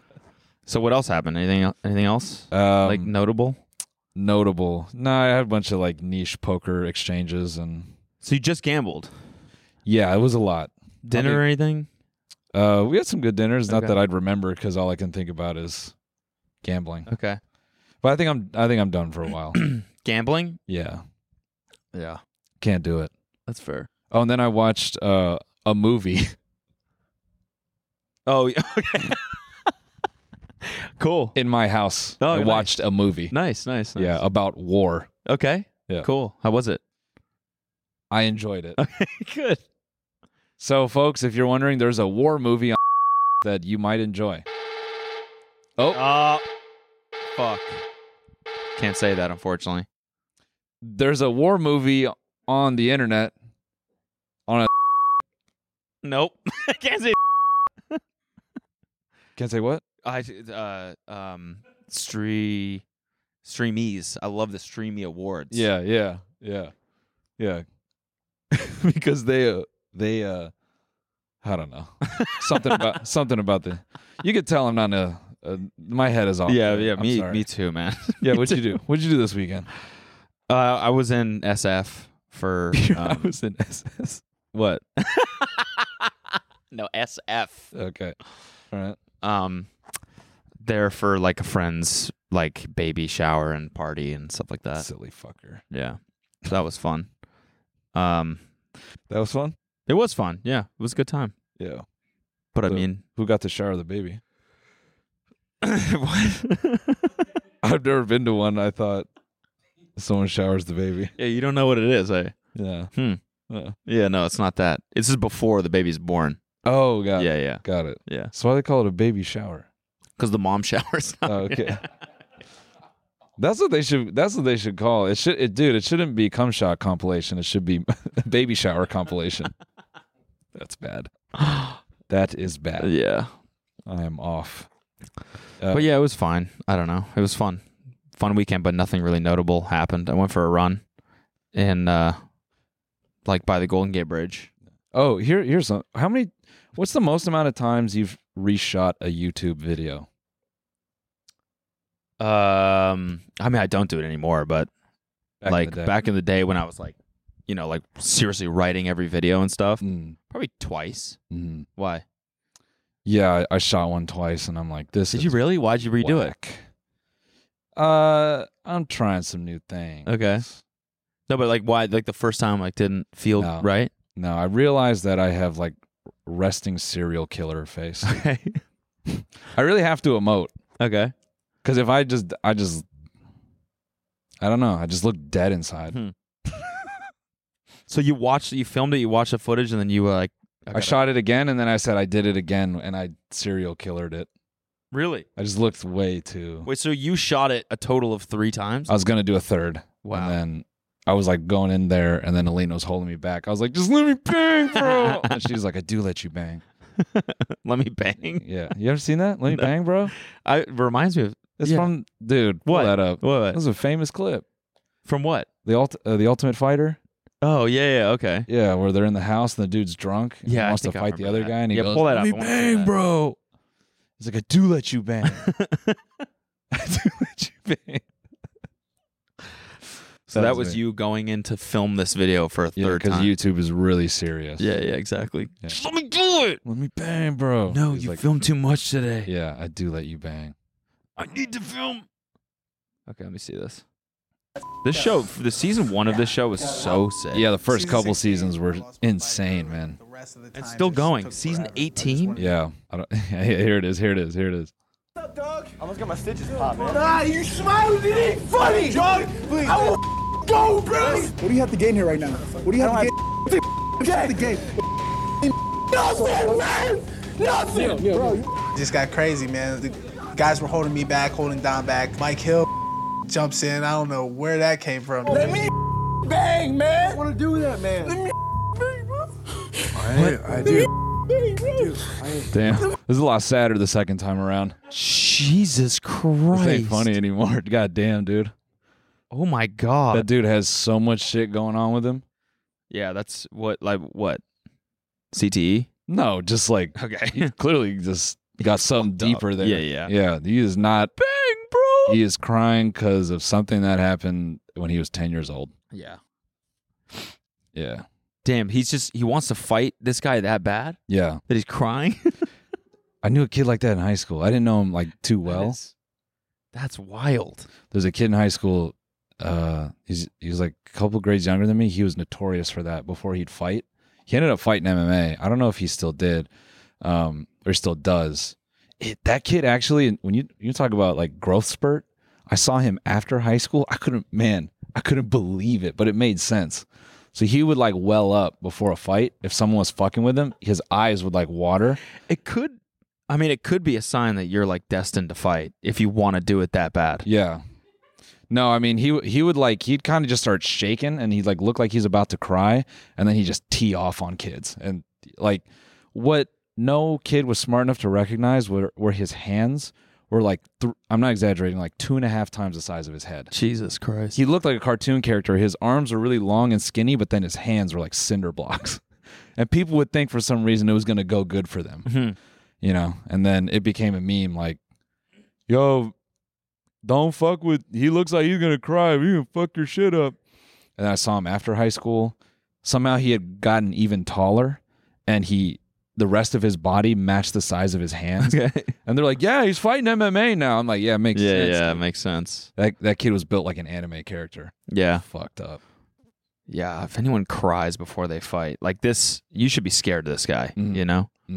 A: So what else happened? Anything? el- Anything else?
B: Um,
A: like notable?
B: notable. No, I had a bunch of like niche poker exchanges and
A: So you just gambled?
B: yeah, it was a lot.
A: Dinner or anything?
B: Uh, we had some good dinners. Not
A: Okay.
B: that I'd remember because all I can think about is gambling.
A: Okay.
B: But I think I'm I think I'm done for
A: [clears throat]
B: a while.
A: Gambling?
B: yeah,
A: Yeah,
B: can't do it.
A: that's fair.
B: Oh, and then I watched uh, a movie. [laughs]
A: Oh, yeah, [laughs] okay. cool.
B: in my house.
A: Oh,
B: I
A: nice.
B: watched a movie.
A: Nice, nice, nice.
B: Yeah, about war.
A: Okay.
B: Yeah.
A: Cool. How was [laughs] it?
B: I enjoyed it.
A: Good.
B: So, folks, if you're wondering, there's a war movie on [laughs] that you might enjoy. Oh,
A: Uh, fuck. Can't say that, unfortunately.
B: there's a war movie on the internet.
A: Nope. [laughs] Can't say.
B: Can't say what?
A: I uh um stream streamies. I love the streamy awards.
B: Yeah, yeah, yeah, yeah. [laughs] because they, uh, they, uh, I don't know,
A: [laughs]
B: something about something about the. You could tell I'm not a. Uh, my head is off.
A: Yeah,
B: today.
A: yeah,
B: I'm
A: me,
B: [laughs] sorry.
A: me too, [laughs] man.
B: yeah, what'd you do? What'd you do
A: [laughs]
B: this weekend? [laughs]
A: Uh, I was in SF [laughs] for
B: I
A: um,
B: was in SS.
A: What? no, SF.
B: Okay, all right.
A: Um, there for like a friend's like baby shower and party and stuff like that.
B: Silly fucker.
A: Yeah, so that was fun. Um,
B: That was fun.
A: it was fun. Yeah, it was a good time.
B: Yeah.
A: But I
B: So-
A: mean,
B: Who got to shower the baby?
A: [laughs]
B: [laughs]
A: what?
B: I've never been to one. I thought someone showers the baby.
A: [laughs] yeah, you don't know what it is, eh?
B: Yeah.
A: Hmm.
B: Yeah.
A: Yeah, no, it's not that. This is before the baby's born.
B: Oh, got
A: yeah,
B: it.
A: yeah,
B: Got it.
A: yeah.
B: So why they call it a baby shower?
A: Because the mom [laughs] showers.
B: Oh, okay. That's what they should. That's what they should call it. Should it, dude? It shouldn't be cum shot compilation. It should be [laughs] baby shower compilation. That's bad. That is bad.
A: yeah.
B: I am off.
A: But yeah, it was fine. I don't know. It was fun. Fun weekend, but nothing really notable happened. I went for a run and uh like by the Golden Gate Bridge.
B: Oh, here, here's some. How many? What's the most amount of times you've reshot a YouTube video?
A: Um I mean I don't do it anymore, but
B: in
A: like
B: the day?
A: back in the day when I was like, you know, like seriously writing every video and stuff.
B: Mm,
A: Probably twice.
B: mm.
A: Why?
B: Yeah, I, I shot one twice, and I'm like, this.
A: Did
B: is
A: you really? Why'd you redo it?
B: whack. Uh, I'm trying some new things.
A: Okay. No, but like why like the first time like didn't feel
B: No.
A: right?
B: No, I realize that I have like resting serial killer
A: [laughs]
B: face.
A: Okay.
B: I really have to emote
A: okay.
B: because if I just, I just, I don't know, I just look
A: Hmm.
B: dead inside.
A: So you watched you filmed it, you watched the footage and then you uh, like
B: I, shot it again, and then I said I did it again, and I serial killered it.
A: Really?
B: I just looked way too.
A: Wait, so you shot it a total of three times?
B: I was gonna do a third.
A: Wow.
B: And then I was like going in there, and then Elena was holding me back. I was like, "Just let me
A: [laughs]
B: bang, bro." and she was like, "I do let you bang."
A: Let me bang.
B: Yeah. You ever seen that? Let me bang, bro.
A: I it reminds me of
B: It's
A: Yeah.
B: from dude. Pull
A: What?
B: that up.
A: What?
B: That was a famous clip.
A: from what?
B: The ult- uh, the Ultimate Fighter.
A: Oh yeah, yeah,
B: [laughs]
A: okay.
B: Yeah, where they're in the house and the dude's drunk. and
A: Yeah, I
B: he wants to
A: think I
B: fight the
A: remember that.
B: other guy, and he
A: Yeah,
B: goes,
A: pull that
B: "Let
A: up.
B: me
A: I wanna see
B: bang,
A: that."
B: bro." He's like, "I do let you bang. [laughs] I do let you bang."
A: So that was you going in to film this video for a
B: Yeah,
A: third
B: because
A: time.
B: YouTube is really serious.
A: yeah, yeah, exactly.
B: Yeah.
A: Just let me do it.
B: Let me bang, bro.
A: No,
B: He's
A: you
B: Oh, like,
A: filmed too much today.
B: Yeah, I do let you bang.
A: I need to film. Okay, let me see this. This show, the season one of this show was so sick.
B: Yeah, the first couple seasons were insane, man.
A: it's still going. Season 18?
B: Yeah, I don't, [laughs] here it is. Here it is. Here it is.
I: Ah, you smiling, it ain't funny! John, please. I will f- go, bro! What do you have to gain here right now? What do you have to gain? What do you have to gain? Nothing, man! Nothing! Bro, you
J: just got crazy, man. The guys were holding me back, holding Don back. Mike Hill jumps in. I don't know where that came from.
I: let me bang, man!
J: want to do that, man.
I: Let me bang, bro!
G: I do.
I: Bang, bro!
B: [laughs] Damn, this is a lot sadder the second time around.
A: Jesus
B: This
A: Christ.
B: ain't funny anymore. [laughs] God damn, dude.
A: Oh my God.
B: That dude has so much shit going on with him.
A: yeah, that's what, like, what? E? CTE?
B: No, just like
A: Okay.
B: he
A: [laughs]
B: clearly just got something deeper there.
A: Yeah, yeah.
B: yeah. He is not
A: Bang, bro.
B: He is crying because of something that happened when he was ten years old.
A: Yeah.
B: Yeah,
A: Damn, he's just, he wants to fight this guy that bad
B: yeah.
A: that he's crying? [laughs]
B: I knew a kid like that in high school. I didn't know him like too well.
A: That is- that's wild.
B: there's a kid in high school. Uh, he's he was like a couple grades younger than me. He was notorious for that. Before he'd fight, he ended up fighting MMA. I don't know if he still did, um, or still does. It, that kid actually, when you you talk about like growth spurt, I saw him after high school. I couldn't, man, I couldn't believe it, but it made sense. So he would like well up before a fight. If someone was fucking with him, his eyes would like water.
A: It could, I mean, it could be a sign that you're, like, destined to fight if you want to do it that bad.
B: Yeah. No, I mean he he would like he'd kind of just start shaking and he'd like look like he's about to cry and then he just tee off on kids and like what no kid was smart enough to recognize were were his hands were like th- I'm not exaggerating like two and a half times the size of his head.
A: Jesus Christ.
B: He looked like a cartoon character. His arms were really long and skinny, but then his hands were like cinder blocks. [laughs] And people would think for some reason it was going to go good for them,
A: Mm-hmm.
B: you know? And then it became a meme like, yo, don't fuck with, he looks like he's going to cry. You can fuck your shit up. And I saw him after high school. Somehow he had gotten even taller and he, the rest of his body matched the size of
A: [laughs]
B: his
A: [laughs]
B: hands.
A: Okay.
B: And they're like, yeah, he's fighting MMA now. I'm like, yeah, it makes
A: Yeah,
B: sense.
A: yeah, it makes sense.
B: That, that kid was built like an anime character.
A: Yeah.
B: Fucked up.
A: Yeah, if anyone cries before they fight, like this, you should be scared of this guy,
B: Mhm.
A: you know?
B: hmm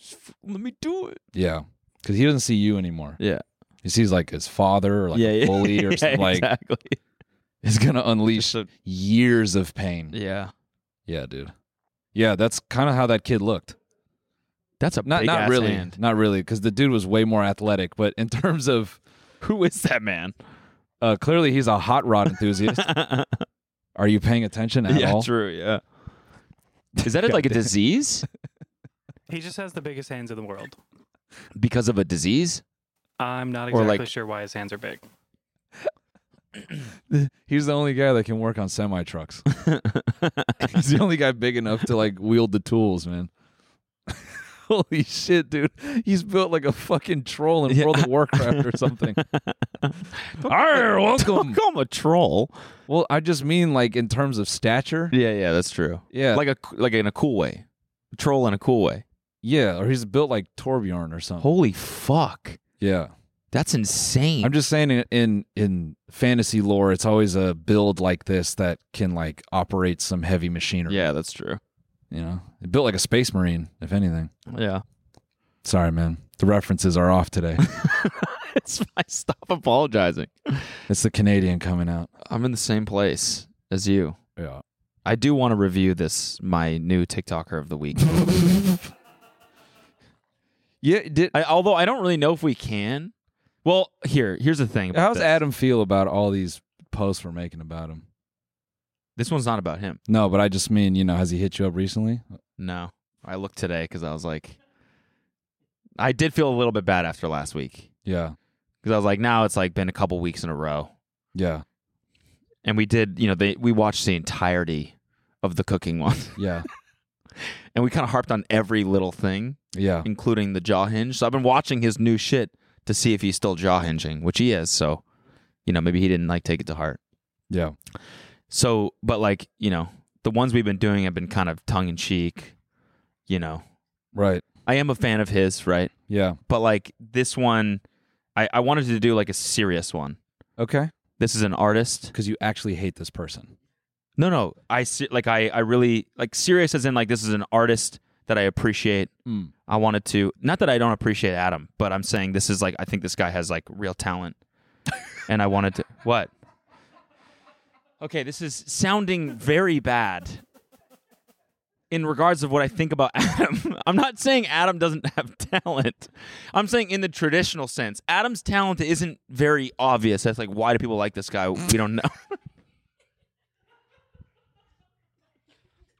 A: Mm-hmm. Let me do it.
B: Yeah, because he doesn't see you anymore.
A: Yeah.
B: He sees like his father or like
A: yeah,
B: a
A: yeah. [laughs]
B: bully or
A: Yeah,
B: something like
A: Exactly.
B: is gonna
A: [laughs]
B: unleash
A: Just a-
B: years of pain. Yeah,
A: Yeah.
B: dude. Yeah, that's kind of how that kid looked.
A: That's a
B: Not
A: big
B: not
A: ass
B: really,
A: hand.
B: not really, because the dude was way more athletic. But in [laughs] terms of
A: Who is that man? [laughs]
B: uh, clearly he's a hot rod enthusiast. Are you paying attention at
A: yeah,
B: all?
A: true. Yeah. Is [laughs] that like a disease?
I: He just has the biggest hands in the world.
A: Because of a disease?
I: I'm not
A: Or, like-
I: sure why his hands are big.
B: He's the only guy that can work on semi trucks. [laughs] He's the only guy big enough to like wield the tools, man. [laughs] Holy shit, dude. He's built like a fucking troll in World of Warcraft
A: [laughs]
B: or something. Arr, welcome.
A: Call him a troll.
B: Well, I just mean like in terms of stature.
A: Yeah, yeah, that's true.
B: Yeah.
A: Like a like in a cool way. A troll in a cool way.
B: Yeah, or he's built like Torbjorn or something.
A: Holy fuck.
B: Yeah.
A: That's insane.
B: I'm just saying in, in in fantasy lore, it's always a build like this that can like operate some heavy machinery.
A: Yeah, that's true.
B: You know? Built like a space marine, if anything.
A: [laughs] Yeah.
B: Sorry, man. The references are off today.
A: It's fine. Stop apologizing.
B: it's the Canadian coming out.
A: I'm in the same place as you.
B: Yeah.
A: I do want to review this my new TikToker of the week. yeah, did [laughs] I, although I don't really know if we can. Well, here, here's the thing. about
B: How's
A: this.
B: Adam feel about all these posts we're making about him?
A: This one's not about him.
B: No, but I just mean, you know, has he hit you up recently?
A: No, I looked today because I was like, I did feel a little bit bad after last week
B: Yeah.
A: because I was like, now it's like been a couple weeks in a row,
B: Yeah.
A: and we did, you know, they we watched the entirety of the cooking one, [laughs]
B: Yeah.
A: and we kind of harped on every little thing,
B: Yeah.
A: including the jaw hinge. So I've been watching his new shit to see if he's still jaw hinging, which he is. So, you know, maybe he didn't like take it to heart.
B: Yeah.
A: So, but like, you know, the ones we've been doing have been kind of tongue in cheek, you know.
B: Right.
A: I am a fan of his, right?
B: Yeah.
A: But like this one, I, I wanted to do like a serious one.
B: Okay.
A: This is an artist.
B: Because you actually hate this person.
A: No, no, I se- like I I really like serious as in like this is an artist that I appreciate.
B: Mm.
A: I wanted to not that I don't appreciate Adam, but I'm saying this is like I think this guy has like real talent, and I wanted to what? Okay, this is sounding very bad in regards of what I think about [laughs] Adam. I'm not saying Adam doesn't have [laughs] talent. I'm saying in the traditional sense, Adam's talent isn't very obvious. That's like why do people like this guy? We don't know. [laughs]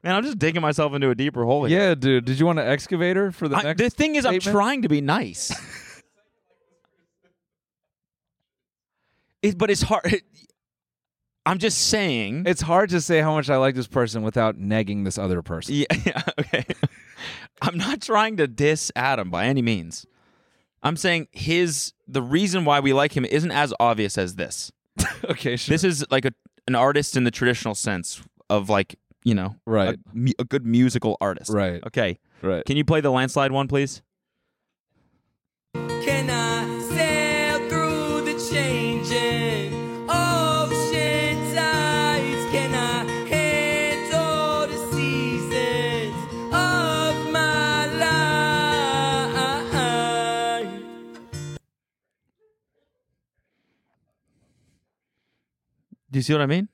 A: Man, I'm just digging myself into a deeper hole here.
B: Yeah, dude. Did you want an excavator for the
A: I-
B: next?
A: the thing is, I'm
B: statement?
A: trying to be nice. it, but it's hard. I'm just saying.
B: It's hard to say how much I like this person without negging this other person.
A: yeah,
B: [laughs]
A: yeah, okay. I'm not trying to diss Adam by any means. I'm saying his the reason why we like him isn't as obvious as this.
B: okay, sure.
A: This is like a an artist in the traditional sense of like you know a
B: Right.
A: mu- a good musical artist.
B: Right.
A: Okay.
B: right.
A: Can you play the landslide one, please?
K: Can I sail through the changing ocean tides? Can I handle the seasons of my life?
A: Do you see what I mean?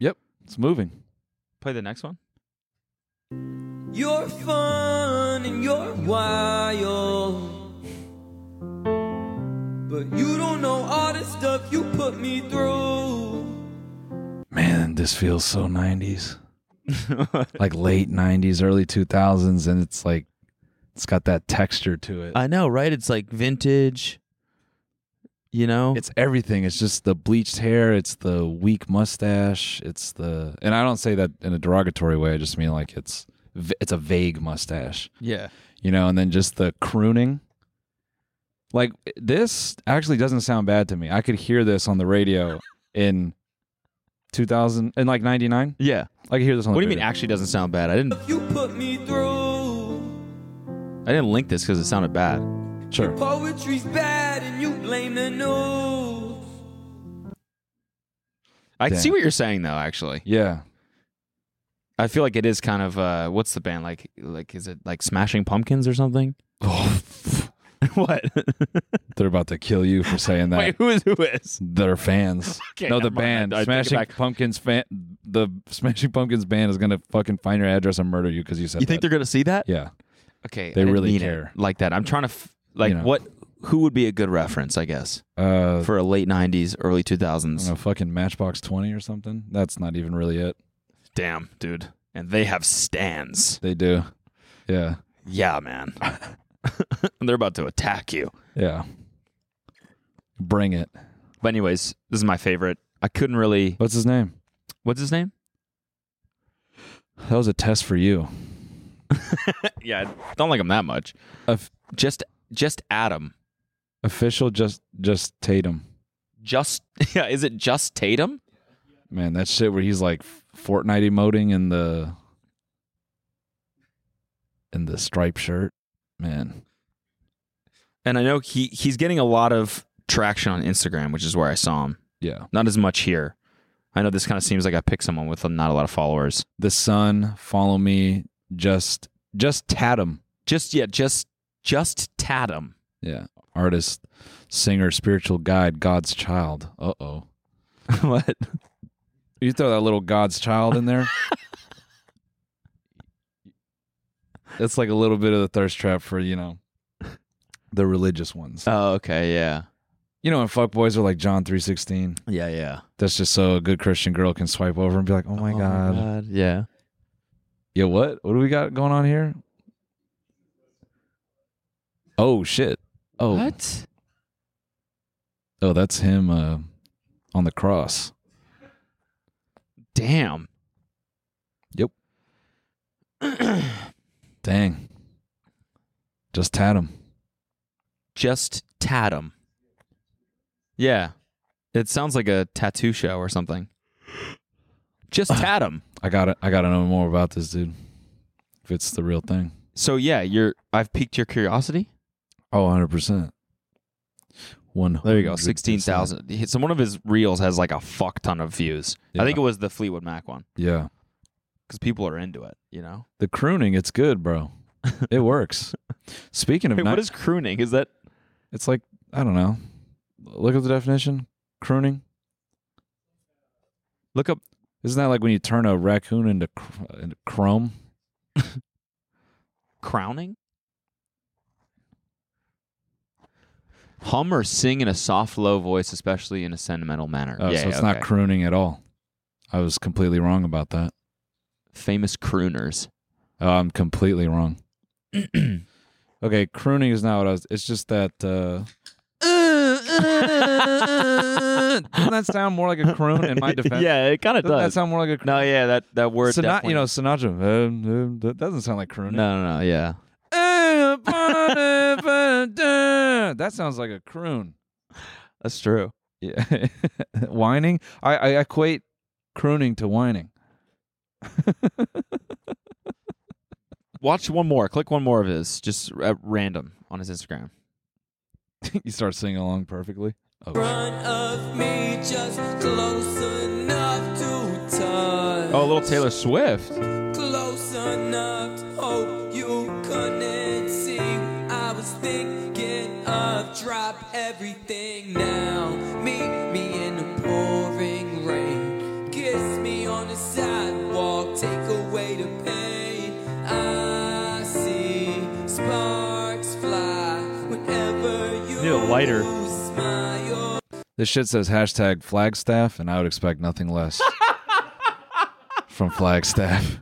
B: yep. It's moving.
A: Play the
B: [laughs]
A: next one.
K: You're fun and you're wild. But you don't know all the stuff you put me through.
B: Man, this feels so 90s. like late 90s, early 2000s and it's like it's got that texture to it.
A: I know, right? It's like vintage. You know,
B: it's everything. It's just the bleached hair. It's the weak mustache. It's the and I don't say that in a derogatory way. I just mean like it's v- it's a vague mustache,
A: yeah.
B: you know. And then just the crooning. Like this actually doesn't sound bad to me. I could hear this on
A: [laughs]
B: the radio in 2000 in like 99.
A: Yeah.
B: I could hear this on.
A: What do you
B: the
A: mean
B: radio.
A: actually doesn't sound bad? I didn't
K: You put me through.
A: I didn't link this cuz it sounded bad.
B: Sure.
K: Poetry's bad and you blame the news.
A: I
B: Damn.
A: see what you're saying though actually.
B: Yeah.
A: I feel like it is kind of uh what's the band like like is it like Smashing Pumpkins or something? [laughs] what?
B: They're about to kill
A: [laughs]
B: you for saying that.
A: Wait, who is who is?
B: their fans.
A: Okay,
B: no, the
A: never mind. [laughs]
B: band,
A: I take it
B: Smashing
A: back.
B: Pumpkins fan. The Smashing Pumpkins band is gonna fucking find your address and murder you because you said.
A: You think they're
B: that.
A: going to see that?
B: Yeah,
A: Okay.
B: They
A: I didn't
B: really
A: mean it
B: care.
A: like that. I'm trying to f- like
B: You know.
A: what who would be a good reference, I guess,
B: uh,
A: for a late 90s, early
B: I
A: 2000s.
B: don't know, fucking Matchbox Twenty or something. That's not even really it.
A: Damn, dude. And they have stands.
B: They do. Yeah,
A: Yeah, man. [laughs] They're about to attack you.
B: yeah. Bring it.
A: But anyways, this is my favorite. I couldn't really
B: What's his name?
A: What's his name?
B: That was a test for you.
A: Yeah, I don't like him that much.
B: Of-
A: Just just Adam.
B: Official just just Tatum.
A: Just [laughs] yeah, is it just Tatum?
B: Man, that shit where he's like Fortnite emoting in the in the striped shirt. Man,
A: And I know he he's getting a lot of traction on Instagram, which is where I saw him.
B: yeah.
A: Not as much here. I know this kind of seems like I picked someone with not a lot of followers.
B: the sun follow me just just tatum
A: Just yeah, just just Tatum. [laughs]
B: yeah artist singer spiritual guide god's child uh-oh
A: what?
B: You throw that little God's child in there. [laughs] it's like a little bit of the thirst trap for, you know, the religious ones.
L: Oh, okay, yeah.
B: You know, and fuckboys are like John 316.
L: Yeah, yeah.
B: That's just so a good Christian girl can swipe over and be like, "Oh my god."
L: Yeah.
B: Yeah, what? What do we got going on here? Oh shit. Oh.
L: What?
B: Oh, that's him uh on the cross.
A: Damn.
B: Yep. Dang. Just tat him.
A: Just tat him. Yeah. It sounds like a tattoo show or something.
B: [sighs]
A: Just tat him.
B: I got to I got to know more about this dude. If it's the real thing.
A: So yeah, you're I've piqued your curiosity.
B: Oh, 100%. One.
A: There you go. 16,000. He- So one of his reels has like a fuck ton of views. I think it was the Fleetwood Mac one
B: Yeah.
A: cuz people are into it, you know.
B: The crooning, it's good, bro. It
A: [laughs]
B: works. Speaking of
A: Wait,
B: ni-
A: what is crooning? Is that
B: It's like I don't know. Look up the definition. Crooning.
A: Look up.
B: Isn't that like when you turn a raccoon into cr- into chrome?
A: crowning? Hum or sing in a soft, low voice, especially in a sentimental manner.
B: Oh,
A: yeah,
B: so it's
A: okay.
B: not crooning at all. I was completely wrong about that.
A: Famous [laughs] crooners.
B: Oh, I'm completely wrong. [clears throat] okay, crooning is not what I was. It's just that.
A: [laughs]
B: Uh, doesn't that sound more like a croon in
A: [laughs]
B: my defense?
A: yeah, it kind of
B: Doesn't
A: does.
B: that sound more like a croon?
A: No, yeah, that that word.
B: Sina-
A: definitely-
B: you know, Sinatra. um, um, that doesn't sound like crooning.
A: No, no, no. Yeah.
B: that sounds like a croon.
A: That's true.
B: Yeah. [laughs] whining. I, I equate crooning to whining. [laughs]
A: Watch one more. Click one more of his, just at random on his Instagram.
B: you start singing along perfectly.
K: Front of me, just close enough to touch.
A: Oh, a little Taylor Swift.
K: Close enough to hope you couldn't see. I was thinking of drop everything now. Meet me in the pouring rain. Kiss me on the sidewalk, take away the pain. I see sparks fly whenever you
A: Need a lighter.
K: smile.
B: This shit says hashtag Flagstaff, and I would expect
A: [laughs]
B: nothing less from Flagstaff.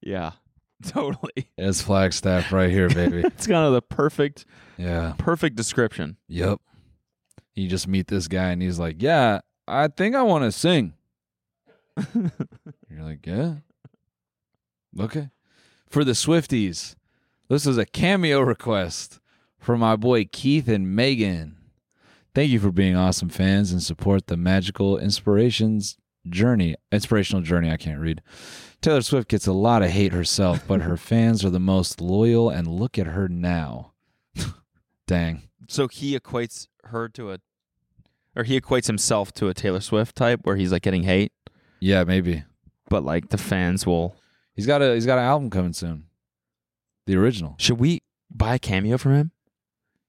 A: Yeah. [laughs] Totally.
B: It's Flagstaff right
A: [laughs]
B: here, baby.
A: it's kind of the perfect,
B: Yeah.
A: perfect description.
B: Yep. You just meet this guy, and he's like, "Yeah, I think I want to sing." You're like, "Yeah, okay." For the Swifties, this is a cameo request for my boy Keith and Megan. Thank you for being awesome fans and support the magical inspirations journey. Inspirational journey, I can't read. Taylor Swift gets a lot of hate herself, but her fans are the most loyal, and look at her now. [laughs] Dang.
A: So he equates her to a, or he equates himself to a Taylor Swift type, where he's like getting hate,
B: Yeah, maybe.
A: but like the fans will.
B: He's got a he's got an album coming soon. The original.
A: Should we buy a cameo from him?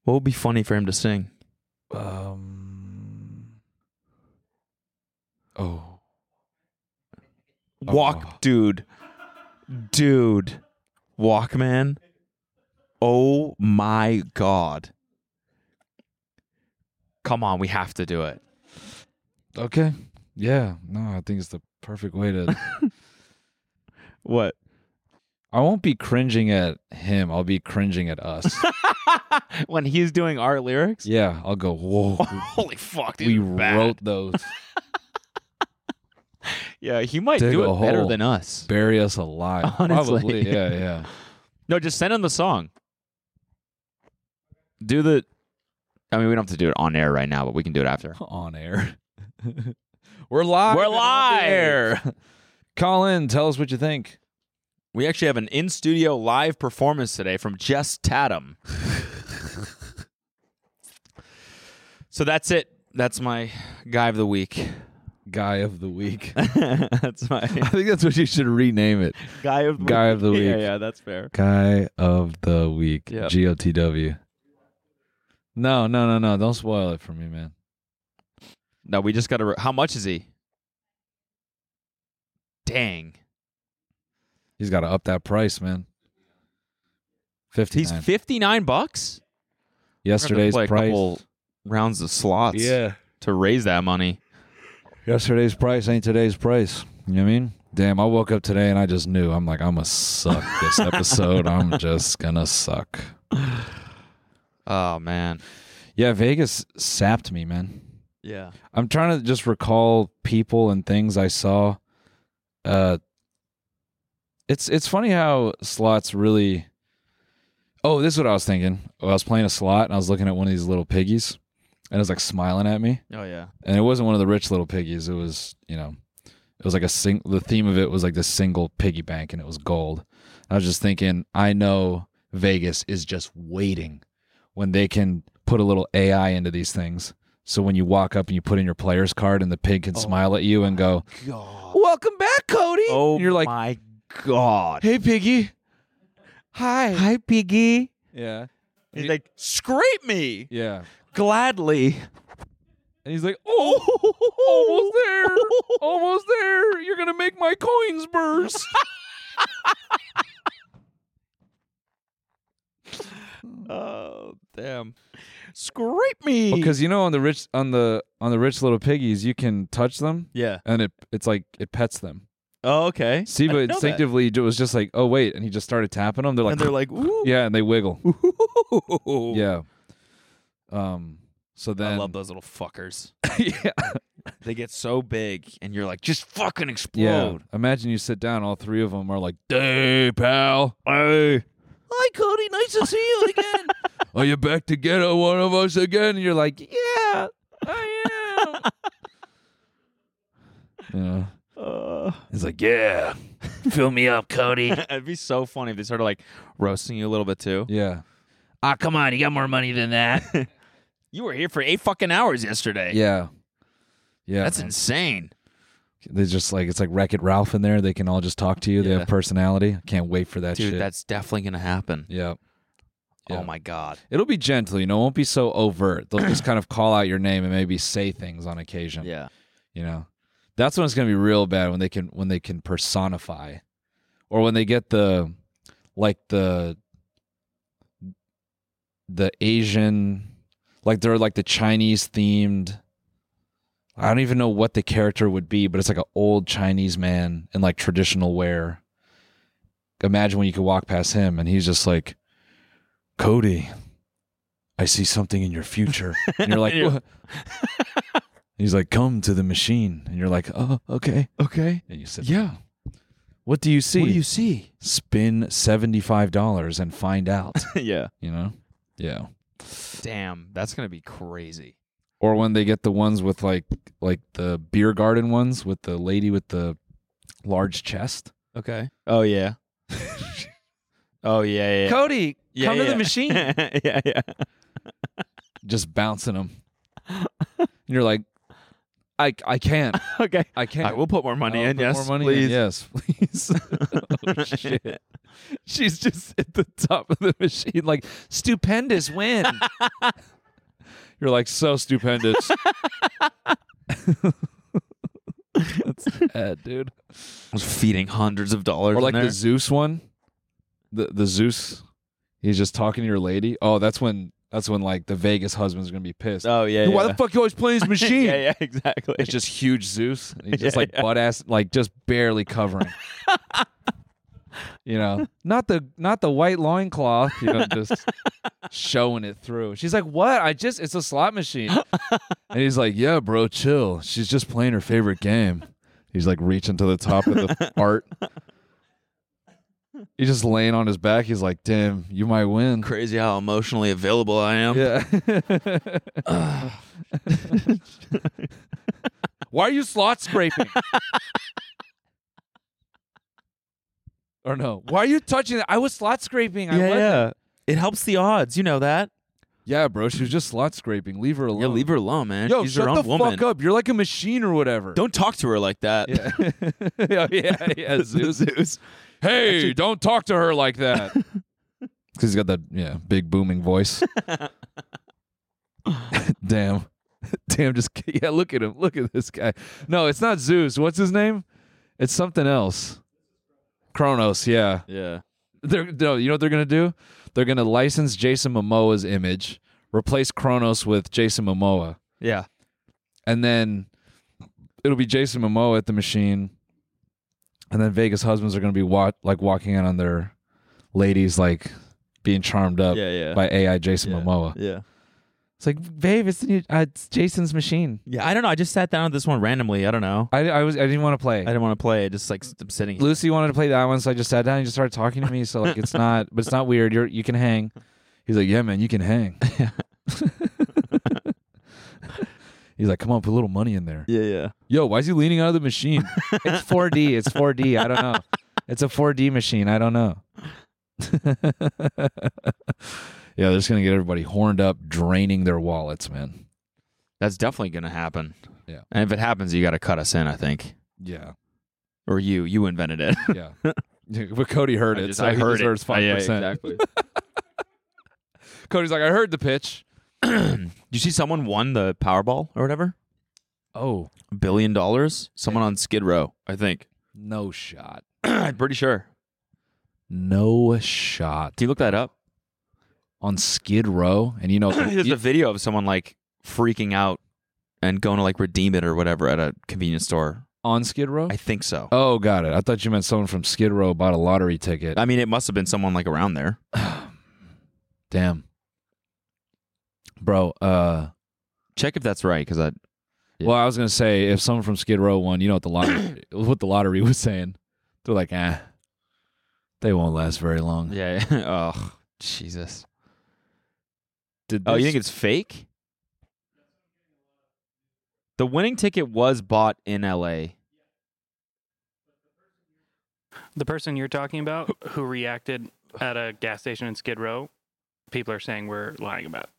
A: What would be funny for him to sing?
B: Um. Oh.
A: Walk, dude. Dude. Walkman. Oh my God. Come on, we have to do it.
B: Okay. Yeah. No, I think it's the perfect
A: [laughs]
B: way to.
A: What?
B: I won't be cringing at him. I'll be cringing
A: [laughs]
B: at us.
A: When he's doing our lyrics?
B: yeah. I'll go. Whoa.
A: Holy fuck,
B: we
A: these are bad."
B: wrote those.
A: Yeah, he might
B: Dig
A: do
B: a
A: it better
B: hole.
A: than us.
B: Bury us alive.
A: Honestly.
B: Probably. Yeah.
A: [laughs]
B: Yeah.
A: No, just send him the song. Do the. I mean, we don't have to do it on air right now, but we can do it after.
B: On air. [laughs] We're live.
A: We're
B: and on the air. Call in. Tell us what you think.
A: We actually have an in studio live performance today from Jess Tatum. so that's it. That's my guy of the week.
B: Guy of the week.
A: [laughs]
B: [laughs]
A: that's [laughs] my
B: I think that's what you should rename it.
A: guy of the
B: Guy of the
A: [laughs] Yeah,
B: week.
A: yeah, that's fair.
B: Guy of the week.
A: Yep.
B: G O T W. No, no, no, no. Don't spoil it for me, man.
A: No, we just got to. Re- How much is he? Dang.
B: He's got to up that price, man. Fifty.
A: He's fifty nine bucks.
B: Yesterday's
A: We're gonna have to play
B: price.
A: A couple rounds of slots.
B: Yeah.
A: To raise that money.
B: Yesterday's price ain't today's price. You know what I mean? Damn, I woke up today and I just knew. I'm like, I'm gonna suck
A: [laughs]
B: this episode. I'm just gonna suck.
A: Oh man.
B: Yeah, Vegas sapped me, man.
A: Yeah.
B: I'm trying to just recall people and things I saw. Uh It's it's funny how slots really Oh, this is what I was thinking. I was playing a slot and I was looking at one of these little piggies and it was like smiling at me.
A: Oh yeah.
B: And it wasn't one of the rich little piggies. It was, you know, it was like a sing. The theme of it was like this single piggy bank, and it was gold. I was just thinking, I know Vegas is just waiting when they can put a little AI into these things. So when you walk up and you put in your player's card, and the pig can smile at you and go, "Welcome back, Cody."
A: Oh,
B: and you're like,
A: my God.
B: "Hey, piggy." Hi.
A: Hi, piggy.
B: Yeah.
A: He's like, scrape me
B: Yeah.
A: gladly.
B: And he's like, "Oh, almost [laughs] there, almost there. You're gonna make my coins
A: [laughs]
B: burst."
A: Oh damn. Scrape me.
B: because you know on the rich on the on the rich little piggies you can touch them
A: yeah.
B: and it it's like it pets them
A: Oh okay. I
B: siva
A: didn't know that.
B: instinctively ju- was just like oh wait and he just started tapping them they're like
A: and they're like, ooh.
B: yeah and they wiggle
A: Ooh. [laughs]
B: yeah um so then
A: I love those little fuckers.
B: [laughs] yeah,
A: they get so big, and you're like, just fucking
B: yeah
A: explode. [laughs]
B: imagine you sit down all three of them are like hey pal
A: Hey. Hi, Cody. Nice to see you again.
B: [laughs] are you back to get on one of us again and you're like yeah i
A: [laughs]
B: am you know
A: Uh.
B: he's like yeah
A: Fill me up, Cody. It'd be so funny if they started like roasting you a little bit too.
B: yeah
A: Ah, come on, you got more money than that. you were here for eight fucking hours yesterday.
B: yeah yeah
A: that's
B: man.
A: insane.
B: They just like it's like Wreck It Ralph in there. They can all just talk to you. They
A: Yeah.
B: have personality. I can't wait for that
A: Dude,
B: shit.
A: that's definitely gonna happen.
B: yeah. Yeah.
A: Oh my god.
B: It'll be gentle, you know, it won't be so overt. They'll
A: [clears throat]
B: just kind of call out your name and maybe say things on occasion.
A: Yeah.
B: You know? That's when it's gonna be real bad when they can when they can personify. Or when they get the like the the Asian like they're like the Chinese themed I don't even know what the character would be, but it's like an old Chinese man in like traditional wear. Imagine when you could walk past him and he's just like, Cody, I see something in your future. And you're like,
A: Yeah.
B: what? He's like, come to the machine. And you're like, oh, okay.
A: Okay.
B: And you said, yeah. What do you see?
A: see?
B: Spin $75 and find out,
A: [laughs]
B: [laughs]
A: yeah.
B: you know? Yeah.
A: Damn, that's gonna be crazy.
B: Or when they get the ones with like, like the beer garden ones with the lady with the large chest.
A: Okay. Oh yeah. oh yeah. yeah.
B: Cody,
A: Yeah,
B: come to
A: yeah. [laughs]
B: the machine.
A: yeah, yeah.
B: Just bouncing them. [laughs] And you're like, I, I can't.
A: Okay.
B: I can't.
A: I will put more money
B: I'll
A: in.
B: put
A: Yes,
B: more money in.
A: please. [laughs]
B: Yes, [laughs] please. oh shit! [laughs] She's just at the top of the machine, like
A: [laughs]
B: stupendous win. You're like
A: [laughs]
B: so stupendous. That's bad, dude.
A: was feeding hundreds of dollars.
B: Or like
A: in there.
B: the Zeus one, the the Zeus. He's just talking to your lady. Oh, that's when that's when like the Vegas husband's gonna be pissed.
A: oh yeah.
B: Dude, Why
A: yeah.
B: the fuck you always playing this
A: [laughs]
B: machine?
A: yeah, yeah, exactly.
B: It's just huge Zeus. and He's just
A: Yeah,
B: like butt ass, like just barely
A: [laughs]
B: covering. you know, not the not the white loincloth. You know, just showing it through. She's like, "What? I just it's a
A: [laughs]
B: slot machine." and he's like, "Yeah, bro, chill. She's just playing her favorite game." He's like reaching to the top
A: [laughs]
B: of the art. He's just laying on his back. He's like, "Damn, you might win."
A: crazy how emotionally available I [laughs] am.
B: Yeah. [laughs] Why are you
A: [laughs]
B: slot scraping? or no? Why are you touching that? I was slot scraping. I
A: yeah,
B: wasn't.
A: yeah. It helps the odds. You know that.
B: Yeah, bro. She was just slot scraping. Leave her alone.
A: Yeah, leave her alone, man.
B: Yo,
A: She's
B: shut
A: her own
B: the
A: woman.
B: fuck up. You're like a machine or whatever.
A: Don't talk to her like that.
B: Yeah. [laughs] yeah, yeah, yeah. Zeus.
A: Zeus.
B: Hey, don't talk to her like that. Because he's got that yeah big booming voice. Damn, Damn, just yeah. Look at him. Look at this guy. No, it's not Zeus. What's his name? It's something else. Kronos. Yeah.
A: [laughs] Yeah.
B: They're no. You know what they're gonna do? They're gonna license Jason Momoa's image, replace Kronos with Jason Momoa,
A: Yeah.
B: and then it'll be Jason Momoa at the machine, and then Vegas husbands are gonna be wa- like walking in on their ladies, like being charmed up
A: Yeah, yeah.
B: by AI Jason Momoa.
A: Yeah.
B: It's like, babe, it's, the new, uh, it's Jason's machine.
A: Yeah, I don't know. I just sat down at this one randomly. I don't know.
B: I, I was I didn't want to play. I
A: didn't want to play. I just like I'm sitting. here.
B: Lucy wanted to play that one, so I just sat down and just started talking to me. So like, it's not, but it's not weird. You're you can hang. He's like, yeah, man, you can
A: [laughs]
B: hang. [laughs] He's like, come on, put a little money in there.
A: Yeah, yeah.
B: Yo, why is he leaning out of the machine? [laughs] it's 4D. It's 4D. I don't know. It's a 4D machine. I don't know. [laughs] yeah, they're just gonna get everybody horned up, draining their wallets, man.
A: That's definitely gonna happen.
B: Yeah.
A: And if it happens, you got to cut us in. I think.
B: Yeah.
A: Or you, you invented it. [laughs]
B: [laughs] Yeah. But Cody heard
A: I
B: it,
A: just-
B: so
A: I
B: he
A: heard
B: deserves
A: it. Oh, yeah,
B: 5%.
A: exactly.
B: [laughs] Cody's like, I heard the pitch.
A: Did you see someone won the Powerball or whatever?
B: Oh,
A: a billion dollars? Someone on Skid Row, I think. [clears throat]
B: No shot.
A: I'm pretty sure.
B: No shot.
A: Do you look that up?
B: On Skid Row, and
A: [coughs]
B: you
A: [clears throat]
B: know,
A: there's a video of someone like freaking out and going to like redeem it or whatever at a convenience store.
B: On Skid Row?
A: I think so.
B: Oh, got it. I thought you meant someone from Skid Row bought a lottery ticket.
A: I mean, it must have been someone like around there.
B: Damn. Bro, uh
A: check if that's right cuz I
B: Well, I was going to say if someone from Skid Row won, you know what the [clears throat] lottery what the lottery was saying. They're like, "Ah. They won't last very long."
A: Yeah. [laughs] yeah. oh, Jesus.
B: Did
A: Oh, you
B: this-
A: think it's fake? The winning ticket was bought in LA.
L: The person you're talking about who reacted at a gas station in Skid Row, people are saying we're lying about.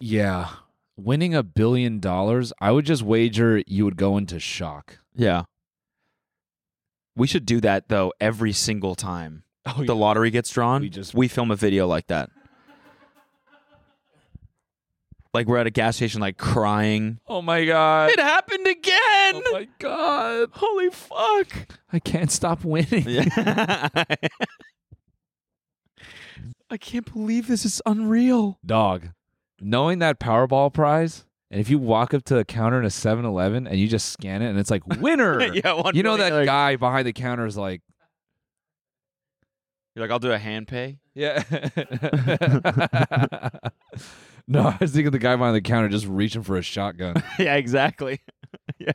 B: Yeah. Winning a billion dollars, I would just wager you would go into shock.
A: Yeah. We should do that though every single time
B: Oh,
A: the lottery gets drawn. We just we film a video like that. Like we're at a gas station, like crying.
B: Oh my god.
C: It
B: happened again.
A: [laughs]
B: Oh my god.
A: Holy fuck.
B: I can't stop winning.
A: I can't believe this is unreal.
B: Dog, knowing that Powerball prize, and if you walk up to a counter in a 7 Eleven and you just scan it and it's like, winner.
A: [laughs] Yeah, one
B: you know that guy behind the counter is like,
A: You're like, I'll do a hand pay.
B: Yeah. [laughs] no, I was thinking the guy behind the counter just reaching for a shotgun.
A: [laughs] yeah, exactly. yeah.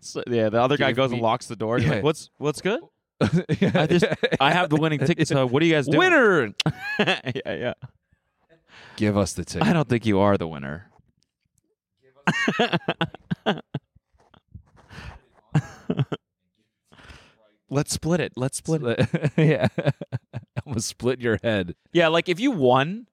A: So, yeah, the other guy
B: Give
A: goes and
B: me-
A: locks the door. You're
B: Yeah.
A: like, what's what's good? I
B: [laughs]
A: just [laughs] I have the winning ticket. So what are you guys doing?
B: Winner.
A: [laughs] yeah, yeah.
B: Give us the ticket.
A: I don't think you are the winner. [laughs] Let's split it. Let's split
B: it. [laughs] yeah. I'm going to split your head.
A: Yeah, like if you won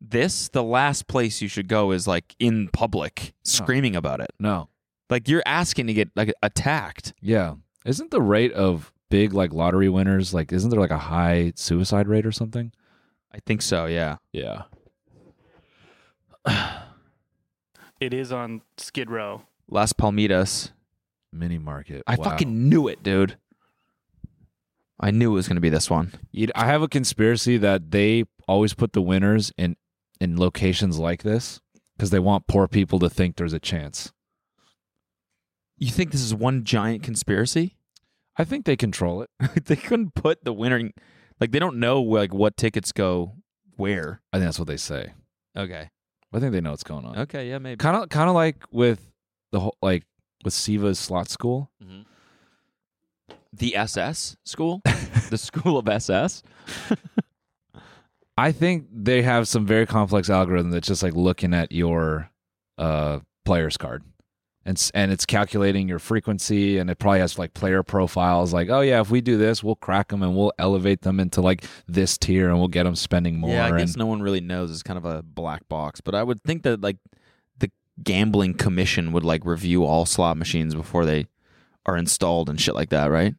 A: this, the last place you should go is like in public screaming about it.
B: No.
A: Like you're asking to get like attacked.
B: Yeah. Isn't the rate of big like lottery winners like isn't there like a high suicide rate or something?
A: I think so, yeah.
B: Yeah.
L: It is on Skid Row.
A: Las Palmitas.
B: Mini market.
A: I
B: Wow.
A: fucking knew it, dude. I knew it was going to be this one.
B: You I have a conspiracy that they always put the winners in in locations like this because they want poor people to think there's a chance.
A: You think this is one giant conspiracy? [laughs]
B: [laughs] I think they control
A: it. they couldn't put the winner like they don't know like what tickets go where.
B: I think that's what they say.
A: Okay.
B: I think they know what's going on.
A: Okay, yeah, maybe.
B: Kind of kind of like with the whole like with Siva's slot school.
A: The SS school? [laughs] the school of SS?
B: I think they have some very complex algorithm that's just like looking at your uh, player's card, and s- and it's calculating your frequency, and it probably has like player profiles. Like, oh yeah, if we do this, we'll crack them and we'll elevate them into like this tier, and we'll get them spending more.
A: yeah, I guess
B: and-
A: no one really knows. It's kind of a black box, but I would think that like the gambling commission would like review all slot machines before they are installed and shit like that, right?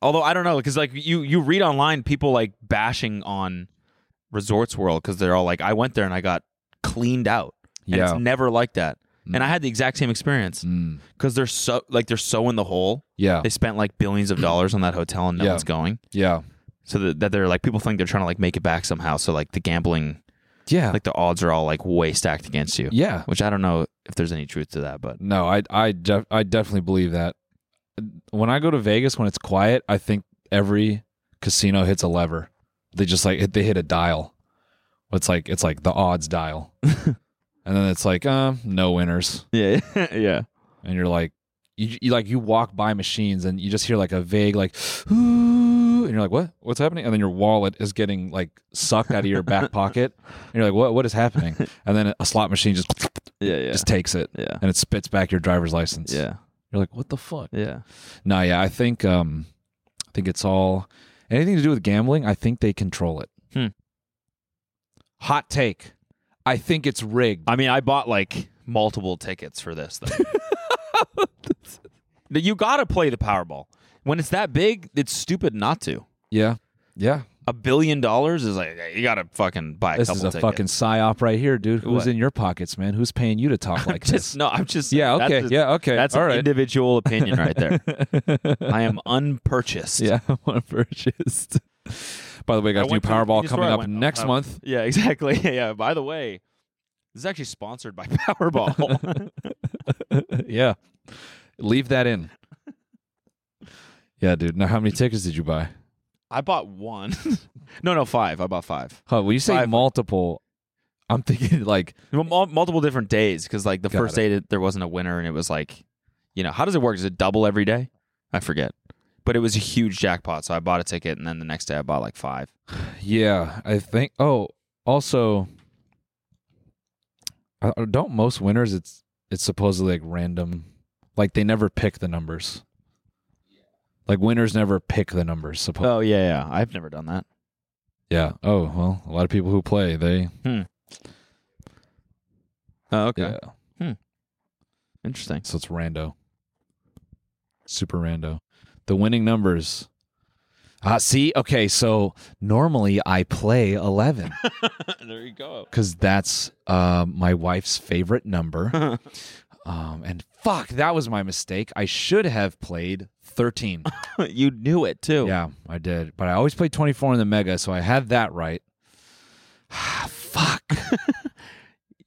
A: Although I don't know, because like you you read online people like bashing on Resorts World because they're all like, I went there and I got cleaned out. and
B: Yeah. Mm.
A: it's never like that. And I had the exact same experience because they're so like they're so in the hole.
B: Yeah.
A: they spent like billions of dollars on that hotel and no
B: Yeah.
A: one's going.
B: Yeah,
A: so that, that they're like people think they're trying to like make it back somehow. So like the gambling,
B: Yeah.
A: like the odds are all like way stacked against you.
B: Yeah.
A: which I don't know if there's any truth to that, but
B: No, I I def- I definitely believe that. When I go to Vegas when it's quiet, I think every casino hits a lever. They just like hit- they hit a dial. It's like it's like the
A: [laughs]
B: odds dial. and then it's like um no winners.
A: Yeah. [laughs] yeah.
B: And you're like you, you like you walk by machines and you just hear like a vague like [gasps] and you're like, what? What's happening? And then your wallet is getting like sucked out of your
A: [laughs]
B: back pocket, and you're like, what? What is happening? And then a slot machine just
A: yeah, yeah.
B: just takes it,
A: [laughs] yeah,
B: and it spits back your driver's license.
A: Yeah.
B: you're like, what the fuck?
A: Yeah.
B: No, yeah, I think um, I think it's all anything to do with gambling. I think they control it.
A: Hmm.
B: Hot take. I think it's rigged.
A: I mean, I bought like multiple tickets for this thing. [laughs] But you got to play the Powerball. When it's that big, it's stupid not to.
B: Yeah, yeah.
A: A billion dollars is like you got to fucking buy a
B: This
A: couple
B: is a
A: tickets.
B: fucking psyop right here, dude. Who's
A: What?
B: in your pockets, man? Who's paying you to
A: [laughs]
B: talk like this?
A: Just- no, I'm just
B: Yeah,
A: that's
B: okay,
A: just-
B: yeah, okay,
A: That's
B: all
A: an
B: right.
A: individual opinion right
B: [laughs]
A: there. I am unpurchased.
B: Yeah, [laughs] I want purchased. By the way,
A: I
B: guys, new
A: went to-
B: Powerball
A: this is where
B: coming
A: I
B: up
A: went.
B: next
A: Uh,
B: month. [laughs]
A: Yeah, [laughs] exactly. Yeah. By the way, this is actually sponsored by [laughs]
B: [laughs]
A: Powerball.
B: yeah, leave
A: [laughs]
B: that in. Yeah, dude. Now, how many tickets did you buy?
A: I bought one. [laughs] no, no, five. I bought five.
B: Huh, when you say
A: Five.
B: multiple, I'm thinking [laughs] like
A: Well, mul- Multiple different days because like the
B: Got
A: first day that there wasn't a winner and it was like, you know, how does it work? Is it double every day? I forget. But it was a huge jackpot, so I bought a ticket, and then the next day I bought like five.
B: Yeah, I think. Oh, also, I- I- don't most winners? It's it's supposedly like random, like they never pick the numbers. Like winners never pick the numbers. Suppo-
A: Oh yeah, yeah. I've never done that.
B: Yeah. Oh well, a lot of people who play they.
A: Hmm. Oh okay.
B: Yeah.
A: Hmm. Interesting.
B: So it's rando. Super rando. The winning numbers. Ah, see. Okay, so normally I play eleven.
A: [laughs] there you go.
B: because that's uh, my wife's
A: [laughs]
B: favorite number. um, and fuck, that was my mistake. I should have played
A: [laughs]
B: 13.
A: you knew it too.
B: Yeah, I did. But I always played 24 in the mega, so I had that right. [sighs]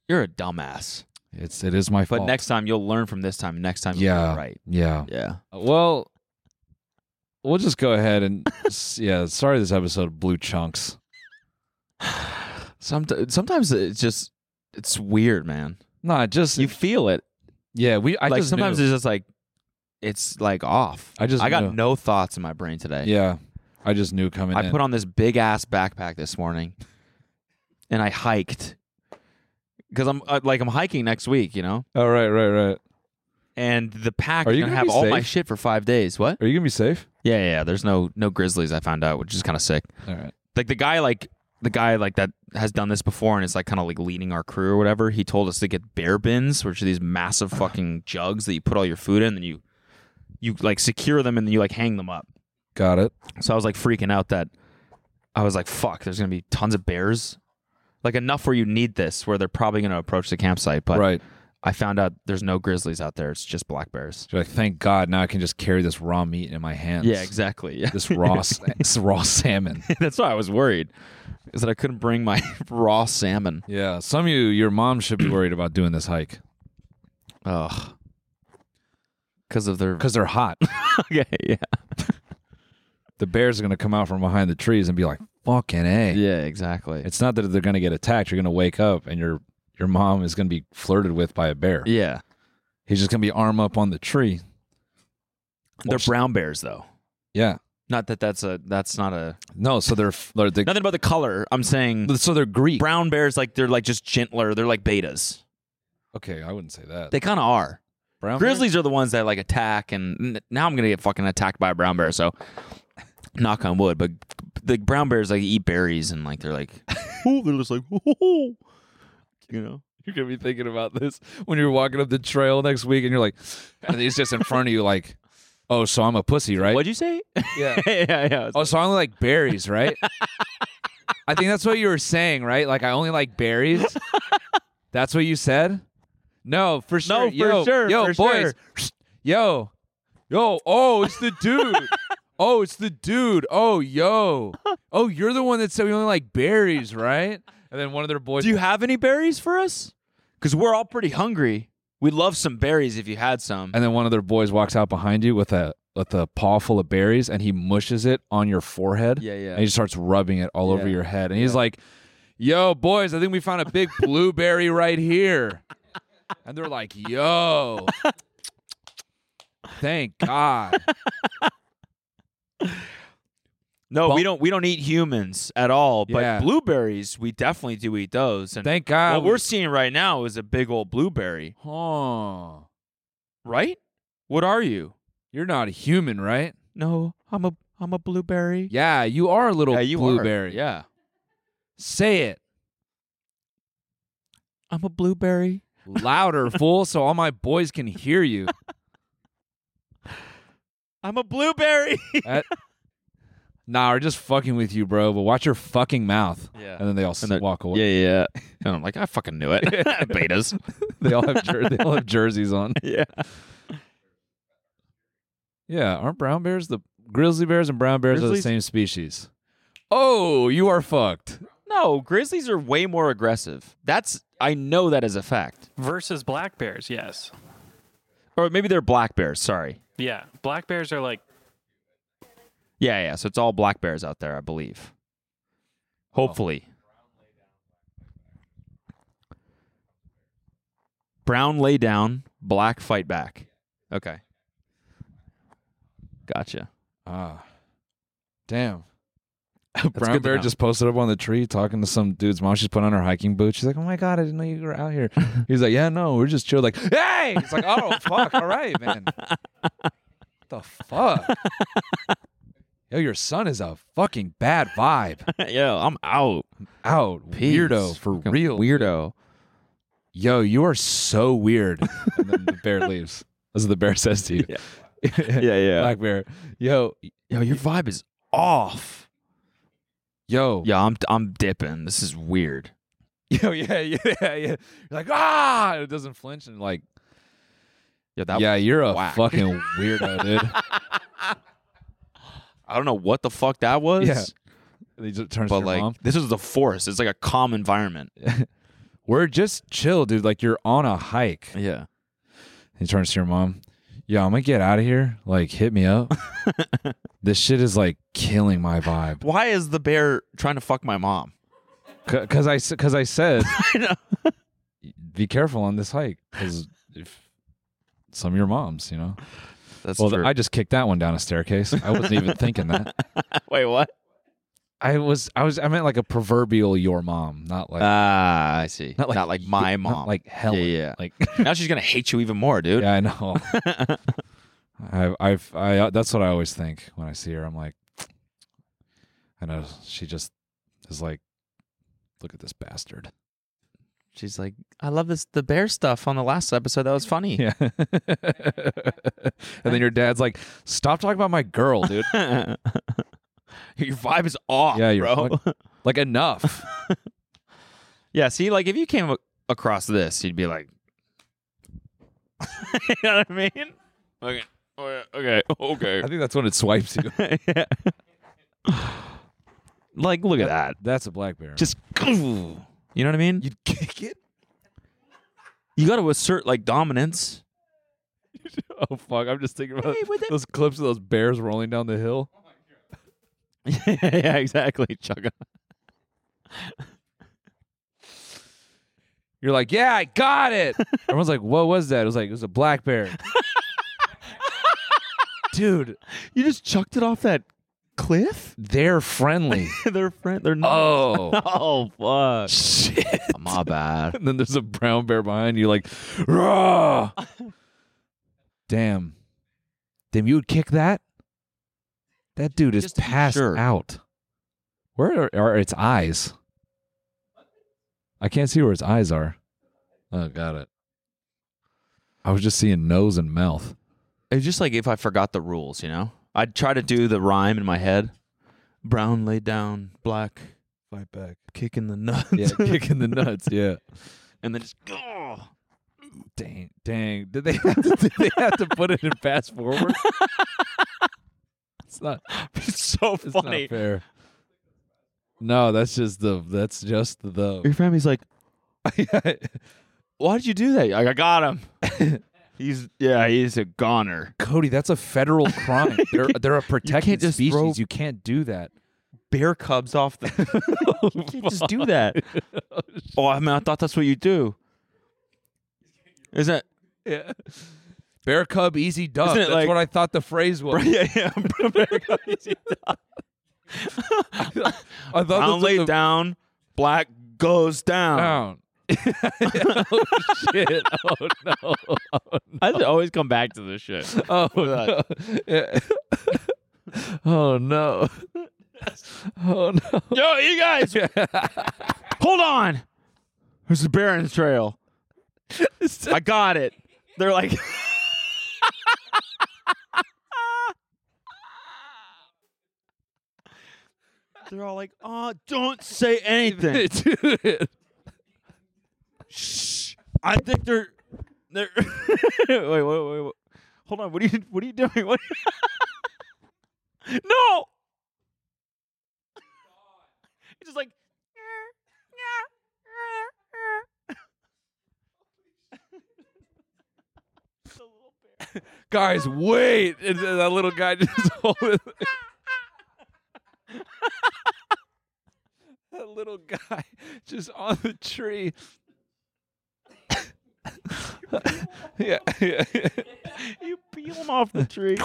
A: You're a dumbass.
B: It's it is my
A: But
B: fault.
A: next time you'll learn from this time. Next time you'll
B: yeah,
A: get it right.
B: Yeah,
A: Yeah.
B: Well, we'll just go ahead and s- yeah. Sorry, this episode of Blue Chunks.
A: Sometimes sometimes it's just it's weird, man.
B: No, it just
A: you feel it.
B: Yeah, we. I
A: like
B: just
A: sometimes
B: knew.
A: it's just like it's like off.
B: I just
A: I got
B: knew.
A: no thoughts in my brain today.
B: yeah. I just knew coming.
A: I
B: in.
A: put on this big ass backpack this morning, and I hiked because I'm uh, like I'm hiking next week, you know.
B: Oh right, right, right.
A: And the pack
B: Are
A: is
B: you
A: gonna
B: gonna
A: have
B: be
A: all my
B: safe?
A: shit for five days. What?
B: Are you gonna be safe?
A: Yeah, yeah, yeah. There's no no grizzlies. I found out, which is kind of sick.
B: All right.
A: Like the guy, like the guy, like that has done this before and is like kind of like leading our crew or whatever. He told us to get bear bins, which are these massive fucking jugs that you put all your food in, and then you you like secure them and then you like hang them up.
B: Got it.
A: So I was like freaking out that I was like, fuck, there's gonna be tons of bears. Like enough where you need this, where they're probably gonna approach the campsite. But
B: Right.
A: I found out there's no grizzlies out there. It's just black bears.
B: You're like, thank God, now I can just carry this raw meat in my hands.
A: Yeah, exactly. [laughs] Yeah.
B: This raw, s- this raw salmon.
A: That's why I was worried, is that I couldn't bring my [laughs] raw salmon.
B: Yeah, some of you, your mom should be worried about doing this hike
A: Ugh. Because of
B: [laughs]
A: their.
B: because they're hot.
A: yeah, yeah.
B: the bears are gonna come out from behind the trees and be like, "Fucking a."
A: Yeah, exactly.
B: It's not that they're gonna get attacked. You're gonna wake up and your your mom is gonna be flirted with by a bear.
A: Yeah.
B: He's just gonna be arm up on the tree.
A: They're brown bears, though.
B: Yeah.
A: Not that that's a. That's not a.
B: No, so they're f- they're, they
A: Nothing about the color. I'm saying
B: so they're Greek.
A: brown bears, like, they're like just gentler. They're like betas.
B: okay, I wouldn't say that.
A: They kind of are.
B: Brown bear?
A: Grizzlies are the ones that like attack, and n- now I'm gonna get fucking attacked by a brown bear. So, knock on wood. But the brown bears like eat berries, and like they're like,
B: [laughs]
A: oh, they're just like, [laughs] oh, you know.
B: You're gonna be thinking about this when you're walking up the trail next week, and you're like, and he's just in front of you, like, oh, so I'm a pussy, right?
A: What'd you say? [laughs]
B: Yeah.
A: yeah, yeah.
B: Oh, so I only like
A: [laughs]
B: berries, right? I think that's what you were saying, right? Like I only like berries. That's what you said? No, for
A: No,
B: sure.
A: for
B: yo,
A: sure,
B: Yo,
A: for
B: boys. [sniffs] Yo. Yo. Oh, it's the
A: [laughs]
B: dude. oh, it's the dude. Oh, yo. Oh, you're the one that said we only like berries, right? And then one of their boys.
A: Do you have any berries for us? Because we're all pretty hungry. We'd love some berries if you had some.
B: and then one of their boys walks out behind you with a with a paw full of berries and he mushes it on your forehead.
A: Yeah, yeah.
B: And he starts rubbing it all over
A: Yeah.
B: your head. And he's like, Yo, boys, I think we found a big blueberry right here. [laughs] And they're like, Yo. [laughs] Thank God.
A: No, we don't. We don't eat humans at all. But
B: Yeah.
A: blueberries, we definitely do eat those. And
B: Thank God
A: What
B: we-
A: we're seeing right now is a big old blueberry,
B: Huh.
A: right? What are you?
B: You're not a human, right?
A: No, I'm a I'm a blueberry.
B: Yeah, you are a little
A: Yeah, you are.
B: blueberry.
A: Yeah,
B: Say it
A: I'm a blueberry.
B: louder, fool, so all my boys can hear you.
A: [laughs] I'm a blueberry. [laughs]
B: That- nah, we're just fucking with you, bro. But watch your fucking mouth.
A: Yeah.
B: And then they all s- walk away.
A: yeah, yeah. [laughs] And I'm like, I fucking knew it. [laughs] Betas.
B: [laughs] They all have jer- they all have jerseys on.
A: Yeah.
B: Yeah, aren't brown bears the grizzly bears and brown bears are the
A: Grizzlies-
B: same species? Oh, you are fucked.
A: No, grizzlies are way more aggressive. That's I know that is a fact.
L: Versus black bears, yes.
A: Or maybe they're black bears. Sorry.
L: Yeah. Black bears are like
A: Yeah, yeah. So it's all black bears out there, I believe. Hopefully. Brown lay down, black fight back. Okay. Gotcha. [laughs]
B: Ah. [laughs] Damn.
A: good
B: Brown
A: to
B: bear
A: know.
B: just posted up on the tree talking to some dude's mom. She's putting on her hiking boots. She's like, "Oh my god, I didn't know you were
A: [laughs]
B: out here." He's like, "Yeah, no, we're just chill." Like, "Hey!" It's like, "Oh fuck, all right, man." What the
A: [laughs]
B: fuck? Yo, your son is a fucking bad vibe.
A: Yo, I'm out.
B: Out,
A: Peace.
B: weirdo for
A: Fucking
B: real.
A: Weirdo.
B: Yo, you are so weird. and then the bear leaves. That's what the bear says to you.
A: [laughs] Yeah, yeah.
B: [laughs] Black bear. Yo,
A: Yo, your vibe is off.
B: yo,
A: Yeah, I'm I'm dipping. This is weird.
B: [laughs] yo, yeah, yeah, yeah. You're like, ah, it doesn't flinch and like
A: Yeah, that
B: yeah, you're a
A: whack.
B: [laughs] fucking weirdo, dude.
A: I don't know what the fuck that was.
B: [laughs] Yeah. [laughs] And he just turns
A: But
B: to your
A: like
B: mom.
A: this is the forest. It's like a calm environment.
B: We're just chill, dude. Like you're on a hike.
A: Yeah.
B: He turns to your mom. Yo, I'm gonna get out of here. Like, hit me [laughs] up. this shit is like killing my vibe.
A: Why is the bear trying to fuck my mom? [laughs]
B: C- Cause I, s- cause I said,
A: I know.
B: be careful on this hike. Cause if some of your moms, you know.
A: That's
B: well, th-
A: true.
B: I just kicked that one down a staircase. I wasn't even thinking that.
A: Wait, what?
B: I was, I was, I meant like a proverbial your mom, not like,
A: Ah, I see.
B: not like,
A: like my
B: not
A: mom.
B: like Helen.
A: Yeah, yeah. [laughs]
B: Like, [laughs]
A: now she's gonna hate you even more, dude.
B: Yeah, I
A: [laughs]
B: know. I've, I've, I, uh, that's what I always think when I see her. I'm like, I know she just is like, look at
A: [laughs]
B: this bastard.
A: She's like, I love this the bear stuff on the last episode. That was funny.
B: Yeah. [laughs] and then your dad's like, stop talking about my
A: [laughs]
B: girl, dude.
A: your vibe is off,
B: Yeah, you're
A: bro. [laughs]
B: like enough.
A: yeah, see, like if you came a- across this, you'd be like, [laughs] you know what I mean? Okay, okay, okay.
B: I think that's when it
A: [laughs]
B: swipes you.
A: yeah. like, look at that.
B: That's a black bear.
A: Just, you know what I mean?
B: you'd kick it.
A: You got to assert like dominance.
B: [laughs] Oh fuck! I'm just thinking about
A: Hey, with it-
B: those [laughs] clips of those bears rolling down the hill.
A: yeah, exactly, Chugga.
B: You're like, yeah, I got [laughs] it. Everyone's like, what was that? It was like, it was a black bear. Dude,
A: You just chucked it off that cliff.
B: they're [laughs] friendly.
A: [laughs] they're friend. They're not.
B: oh [laughs]
A: Oh fuck!
B: shit!
A: My bad.
B: And then there's a brown bear behind you, like, raw. Damn, damn, you would kick that. That dude is
A: Just to be
B: passed
A: sure.
B: out. Where are, are its eyes? I can't see where its eyes are. Oh, got it. I was just seeing nose and mouth.
A: [laughs] It's just like if I forgot the rules, you know. I'd try to do the rhyme in my head. Brown laid down, black
B: Fight back.
A: kicking the nuts.
B: Yeah, kicking the [laughs] nuts. Yeah.
A: [laughs] and then just oh.
B: Dang, dang. Did they have to, [laughs] did they have to put it in fast forward? it's not. [laughs]
A: It's so funny.
B: It's not fair. No, that's just the. That's just the. [laughs]
A: Your family's like, why did you do that? Like, I got [laughs] him. he's yeah, he's a goner.
B: Cody, that's a federal
A: [laughs]
B: crime. they're they're a protected
A: just
B: species.
A: throw-
B: You can't do that.
A: Bear cubs off the. you can't just do that. oh, I mean, I thought that's what you do. Is that? [laughs]
B: Yeah. Bear cub, easy duck.
A: Isn't it
B: That's
A: like-
B: what I thought the phrase was.
A: Right, yeah, yeah. Bear cub, easy duck.
B: I thought that's
A: Brown
B: what
A: lay
B: the-
A: down, black goes down.
B: Down. [laughs] oh shit! Oh no! Oh,
A: I just always come back to this shit.
B: Oh no!
A: Look.
B: Yeah.
A: [laughs]
B: oh no! Oh no!
A: Yo, you [laughs] guys, hold on. There's a bear in the [laughs] trail. I got it. They're like, [laughs] they're all like, oh, don't say [laughs] anything.
B: Dude.
A: Shh. I think they're, they're. [laughs] wait, wait, wait, wait. Hold on. What are you? What are you doing? [laughs] What? no. It's just like. [laughs]
B: Guys, wait! And then that little guy [laughs] just holding. that little guy just on the tree. [laughs] yeah, yeah.
A: You peel him off the tree.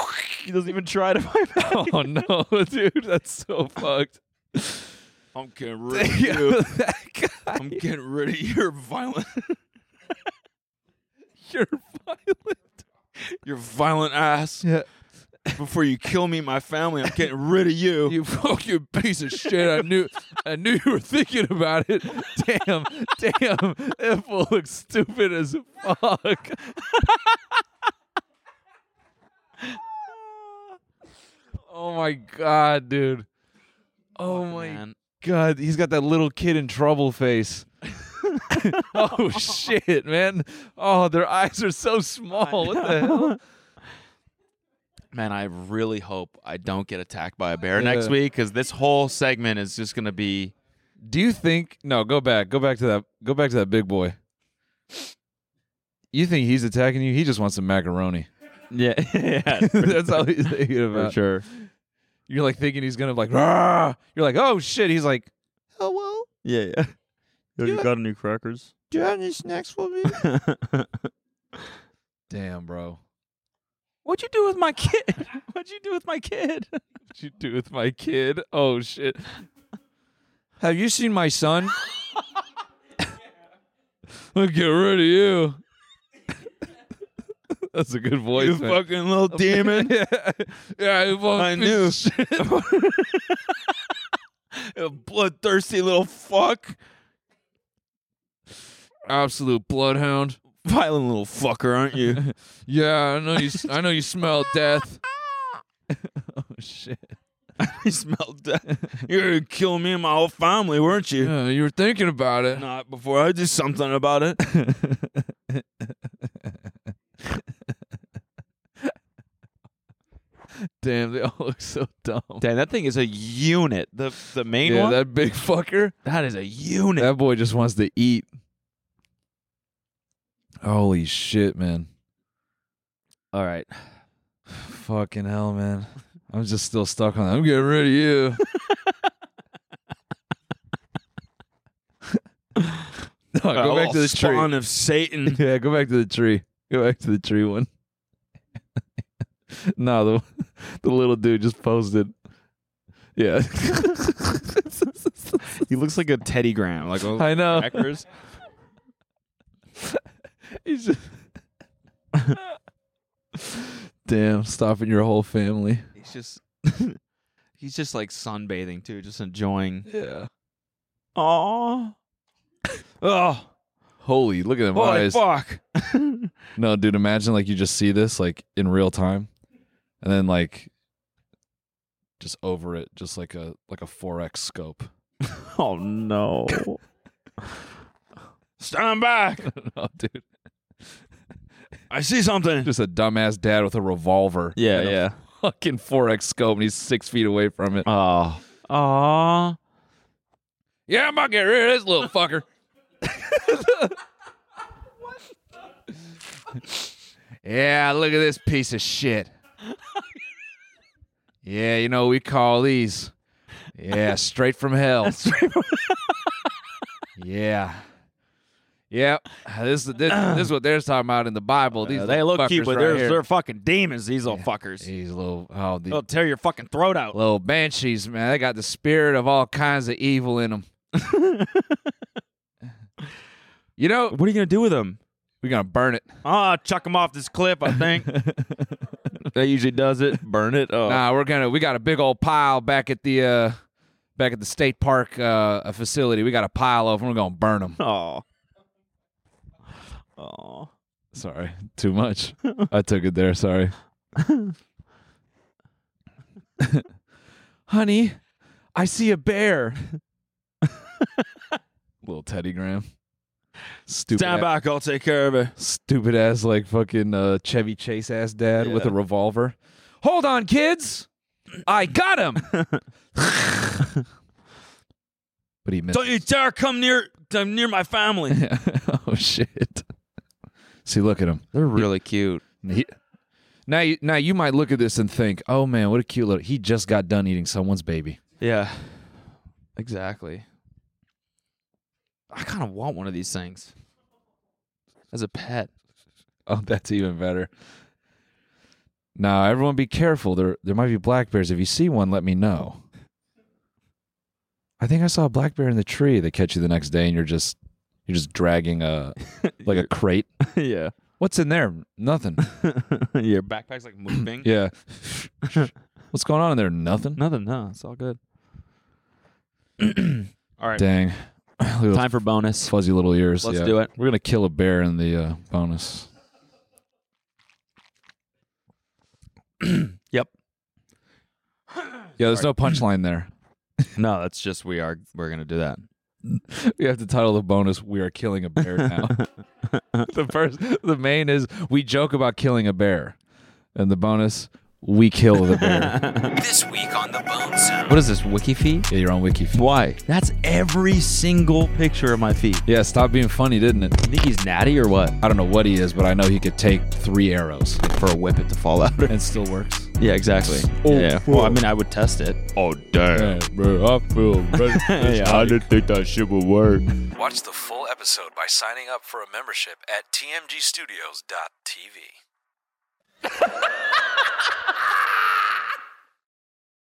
A: He doesn't even try to fight back.
B: Oh no, [laughs] dude, that's so fucked.
A: I'm [laughs] getting rid of [laughs]
B: Yeah,
A: you.
B: [laughs] that guy,
A: I'm getting rid of your violent,
B: you're violent.
A: your violent ass.
B: Yeah.
A: Before you kill me, and my family. I'm getting rid of [laughs] you.
B: [laughs] You fucking piece of shit. I knew I knew you were thinking about it. Damn, damn. That fool looks stupid as fuck. oh my god, dude. Oh my
A: Man.
B: god, he's got that little kid in trouble face. oh shit, man. Oh, their eyes are so small. What the hell?
A: Man, I really hope I don't get attacked by a bear
B: Yeah.
A: next week because this whole segment is just gonna be.
B: Do you think no, go back. Go back to that go back to that big boy. You think he's attacking you? He just wants some macaroni.
A: Yeah, [laughs] yeah,
B: That's all he's thinking
A: for
B: about.
A: sure.
B: You're like thinking he's gonna like Rah! you're like, oh shit. He's like, "Oh, Hello?
A: Yeah, yeah. Yo, [laughs] you got any [laughs] crackers?
B: Do you have any snacks for
A: [laughs]
B: me? [laughs]
A: What'd
B: Damn, bro.
A: you do with my kid? [laughs] What'd you do with my kid? [laughs]
B: What'd you do with my kid? Oh shit. Have you seen my son? [laughs] I'll get rid of you. [laughs] That's a good voice.
A: You
B: man.
A: fucking [laughs] little demon.
B: yeah, yeah, you fucking
A: I knew.
B: piece of shit.
A: You bloodthirsty little fuck.
B: [laughs] Absolute bloodhound.
A: Violent little fucker, aren't [laughs] you?
B: Yeah, I know you. s- I know you smell death. oh shit!
A: you smelled death. You were gonna kill me and my whole family, weren't you?
B: Yeah, you were thinking about it.
A: Not before I do something about it.
B: [laughs] Damn, they all look so dumb.
A: Damn, that thing is a unit. The the main
B: yeah,
A: one.
B: that big fucker.
A: that is a unit.
B: That boy just wants to eat. Holy shit, man!
A: All right.
B: [sighs] Fucking hell, man! I'm just still stuck on. That. I'm getting rid of you.
A: [laughs]
B: No, go back to the tree.
A: spawn of Satan.
B: [laughs] Yeah, go back to the tree. Go back to the tree one. [laughs] no, the [laughs] the little dude just posted.
A: [laughs]
B: Yeah, [laughs]
A: he looks like a Teddy Graham. [laughs] Like
B: I know.
A: Crackers.
B: He's just- Damn, stopping your whole family.
A: He's just [laughs] he's just like sunbathing too, just enjoying.
B: Yeah.
A: Aww. oh,
B: Holy, look at them
A: holy [laughs]
B: eyes.
A: fuck!
B: No, dude, imagine like you just see this like in real time, and then like just over it, just
A: [laughs]
B: like [laughs] a like a four X scope.
A: oh no. Stand [laughs] back.
B: no, Oh, dude.
A: I see something.
B: Just a dumbass dad with a revolver.
A: Yeah,
B: and a
A: yeah.
B: fucking 4X scope, and he's six feet away from it.
A: Oh. Aw.
B: Yeah, I'm about to get rid of this little fucker. [laughs] yeah, look at this piece of shit. Yeah, you know what we call these. Yeah, [laughs] straight from hell. yeah. Yep. This, this this is what they're talking about in the Bible. These
A: Uh, they
B: little
A: look cute,
B: fuckers
A: but
B: right
A: they're,
B: here.
A: they're fucking demons, these little fuckers.
B: These little oh, the
A: They'll tear your fucking throat out.
B: little banshees, man. They got the spirit of all kinds of evil in them. [laughs] you know,
A: What are you going to do with them?
B: we're gonna burn it.
A: Ah, chuck them off this cliff, I
B: [laughs]
A: think. that usually does it. Burn it. Oh.
B: Nah, we're gonna we got a big old pile back at the uh back at the state park uh uh, facility. We got a pile of them. We're gonna burn them.
A: Aw. Aw.
B: Sorry, too much. I took it there. Sorry, [laughs] honey. I see a bear. [laughs] Little Teddy Graham. Stupid.
A: Stand
B: a-
A: back. I'll take care of it.
B: Stupid ass like fucking uh, Chevy Chase ass dad with a revolver. Hold on, kids. I got him.
A: [laughs]
B: but he missed.
A: Don't you dare come near come near my family.
B: [laughs] oh shit! See, look at him.
A: They're really cute.
B: He- now, you, now you might look at this and think, "Oh man, what a cute little." He just got done eating someone's baby.
A: Yeah. Exactly. I kind of want one of these things as a
B: [laughs]
A: pet.
B: Oh, that's even better. Now, everyone, be careful. There, there might be black bears. If you see one, let me know. I think I saw a black bear in the tree. They catch you the next day, and you're just, you're just
A: [laughs]
B: dragging a, like a crate.
A: yeah.
B: What's in there? Nothing.
A: [laughs] Your backpack's like
B: [clears throat]
A: moving.
B: Yeah. What's going on in there? Nothing.
A: Nothing. No, it's all good. [clears throat] all right.
B: Dang. [laughs] Look at those
A: Time for bonus.
B: fuzzy little ears.
A: Let's
B: yeah.
A: do it.
B: We're gonna kill a bear in the uh, bonus.
A: Yep.
B: Yeah, there's no punchline there.
A: No, that's just we are we're gonna do that.
B: We have to title the bonus "We Are Killing a Bear Now." [laughs] the first, the main is we joke about killing a bear, and the bonus we kill the bear.
K: This week on the Bone Zone.
A: What is this wiki feed?
B: yeah, you're on wiki.
A: Why? That's every single picture of my feet.
B: Yeah, stop being funny, didn't it?
A: You think he's natty or what?
B: I don't know what he is, but I know he could take three arrows
A: For a whip it to fall out. [laughs]
B: and still works.
A: yeah, exactly.
B: Oh,
A: yeah. Well, I mean, I would test it. Oh damn.
B: bro, I feel ready.
A: I didn't think that shit would work.
B: Watch the full episode by signing up for a membership at tmgstudios.tv.